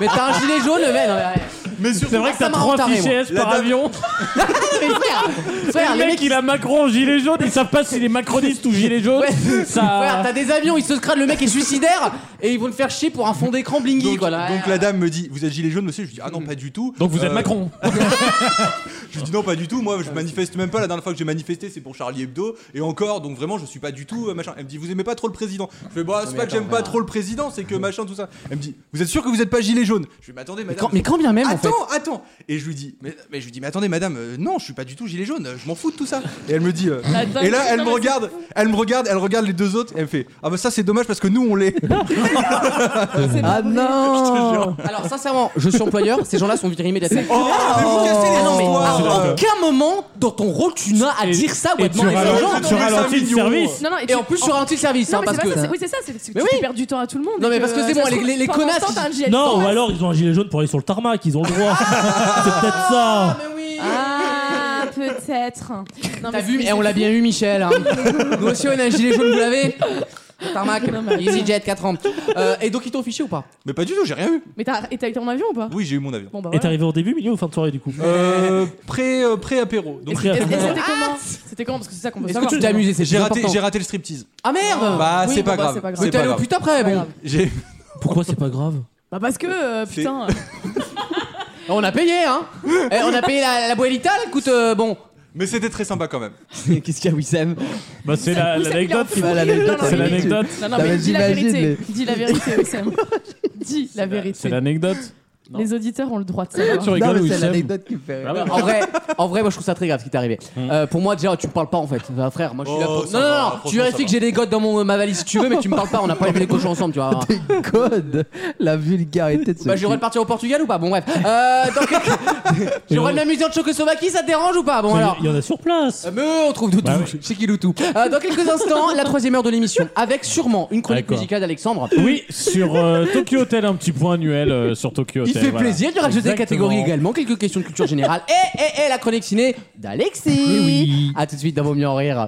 mais t'as un gilet jaune, mais non, mais- Mais surtout, C'est vrai que Ça t'as m'a trois entaré, fichiers moi. S par La dame- avion. mais frère, frère, le les mec, mecs, il a Macron en gilet jaune, ils savent pas s'il est macroniste ou gilet jaune. Ouais. frère, (laughs) Ça... t'as des avions, ils se crânent, le mec est suicidaire et ils vont le faire chier pour un fond d'écran blingy donc, quoi. là. donc la dame me dit Vous êtes gilet jaune, monsieur Je dis Ah Mm. non, pas du tout. Donc vous êtes Euh, Macron. Je lui dis non, pas du tout. Moi, je manifeste même pas. La dernière fois que j'ai manifesté, c'est pour Charlie Hebdo. Et encore, donc vraiment, je suis pas du tout euh, machin. Elle me dit, vous aimez pas trop le président Je fais, bah, c'est pas que j'aime pas trop le président, c'est que machin, tout ça. Elle me dit, vous êtes sûr que vous êtes pas gilet jaune Je lui dis, mais attendez, mais, madame. quand, mais quand bien même en fait. Attends, attends Et je lui dis, mais, mais je lui dis, mais attendez, madame, euh, non, je suis pas du tout gilet jaune, euh, je m'en fous de tout ça. Et elle me dit, euh, Attends, et là, elle non, me mais regarde, elle me regarde, elle regarde les deux autres, et elle me fait, ah bah ça c'est dommage parce que nous on (laughs) l'est. Ah non Alors sincèrement, je suis employeur, ces gens-là sont virés immédiatement. Ah Oh, mais vous cassez les non, mais histoires Euh, à aucun moment dans ton rôle tu n'as à Et- dire ça ou à et tu demander ça aux gens. ralentis- tu ralentis le service. Non, non, Et en plus, je ralentis le service, Non, hein, mais parce c'est pas que. ça, c'est- oui, c'est ça, c'est c'est que Mais tu oui. perds du temps à tout le monde. Non, et mais que, parce que c'est bon, ça se les- trouve, les- les pendant connasses ce temps, t'as un qui- gilet Non, jaune. ou alors ils ont un gilet jaune pour aller sur le tarmac, ils ont le droit. (laughs) c'est peut-être ça. Ah, (laughs) peut-être. T'as Non, mais vu c'est- Et on l'a bien eu, (laughs) Michel. hein. Nous aussi, on a un gilet jaune, vous l'avez Tarmac, Non, mais- EasyJet, 4 ans. Euh, et donc, ils t'ont fiché ou pas Mais pas du tout, j'ai rien eu. Mais t'as et t'as été en avion ou pas Oui, j'ai eu mon avion. Bon, bah Et t'es voilà. arrivé au début, milieu ou fin de soirée du coup Euh, pré, euh, pré-apéro. Donc (laughs) Et- et Après, C'était comment C'était comment Parce que c'est ça qu'on veut Est-ce que savoir. tu t'es amusé C'est j'ai plus raté, important. j'ai raté le striptease. Ah merde Bah, Oui, c'est pas bon, bah, grave. c'est pas grave. Mais t'es c'est pas allé au grave. putain après, bon. grave. J'ai (laughs) Pourquoi c'est pas grave Bah, parce que, euh, C'est- putain. On a payé, (laughs) hein Eh, On a payé la, la Boelita, elle coûte euh, bon. Mais c'était très sympa quand même. Qu'est-ce qu'il y a, Wissem Bah, c'est la- Vous savez, l'anecdote il qui est en vous- fou. l'anecdote, Non, C'est non, mais- l'anecdote. Non, non, Bah, mais dis la (laughs) j'imagine, vérité. Dis la vérité, Sam. Dis la vérité. C'est l'anecdote. Les auditeurs ont le droit de savoir. tu rigoles Non, mais ou c'est il l'anecdote s'aime qui me fait Ah rire. (laughs) bah. En vrai, en vrai, moi je trouve ça très grave ce qui t'est arrivé. Euh, pour moi, déjà, tu me parles pas en fait. Enfin, frère, moi je suis là Hmm. Oh, pour. ça Non, non, va, non, franchement, tu vérifies ça que j'ai des godes dans mon, ma valise si tu veux, mais tu me parles pas, on a pas (laughs) les cochons ensemble, tu vois. God, la vulgarité de ce Bah, j'ai le droit de partir au Portugal ou pas Bon, bref. Euh, donc, (laughs) j'ai le droit de m'amuser en Tchécoslovaquie, ça te dérange ou pas Bon, alors. Il y en a sur place. Euh, Mais on trouve de tout, chez Kiloutou. Euh, dans quelques instants, la troisième heure de l'émission, avec sûrement une chronique Avec quoi musicale d'Alexandre. Oui, sur euh, Tokyo Hotel, un petit point annuel euh, sur Tokyo Il Hotel. fait voilà. plaisir, il y aura déjà des Exactement. catégories également, quelques questions de culture générale et, et, et la chronique ciné d'Alexis. Oui, oui. À tout de suite dans Vaut mieux en rire.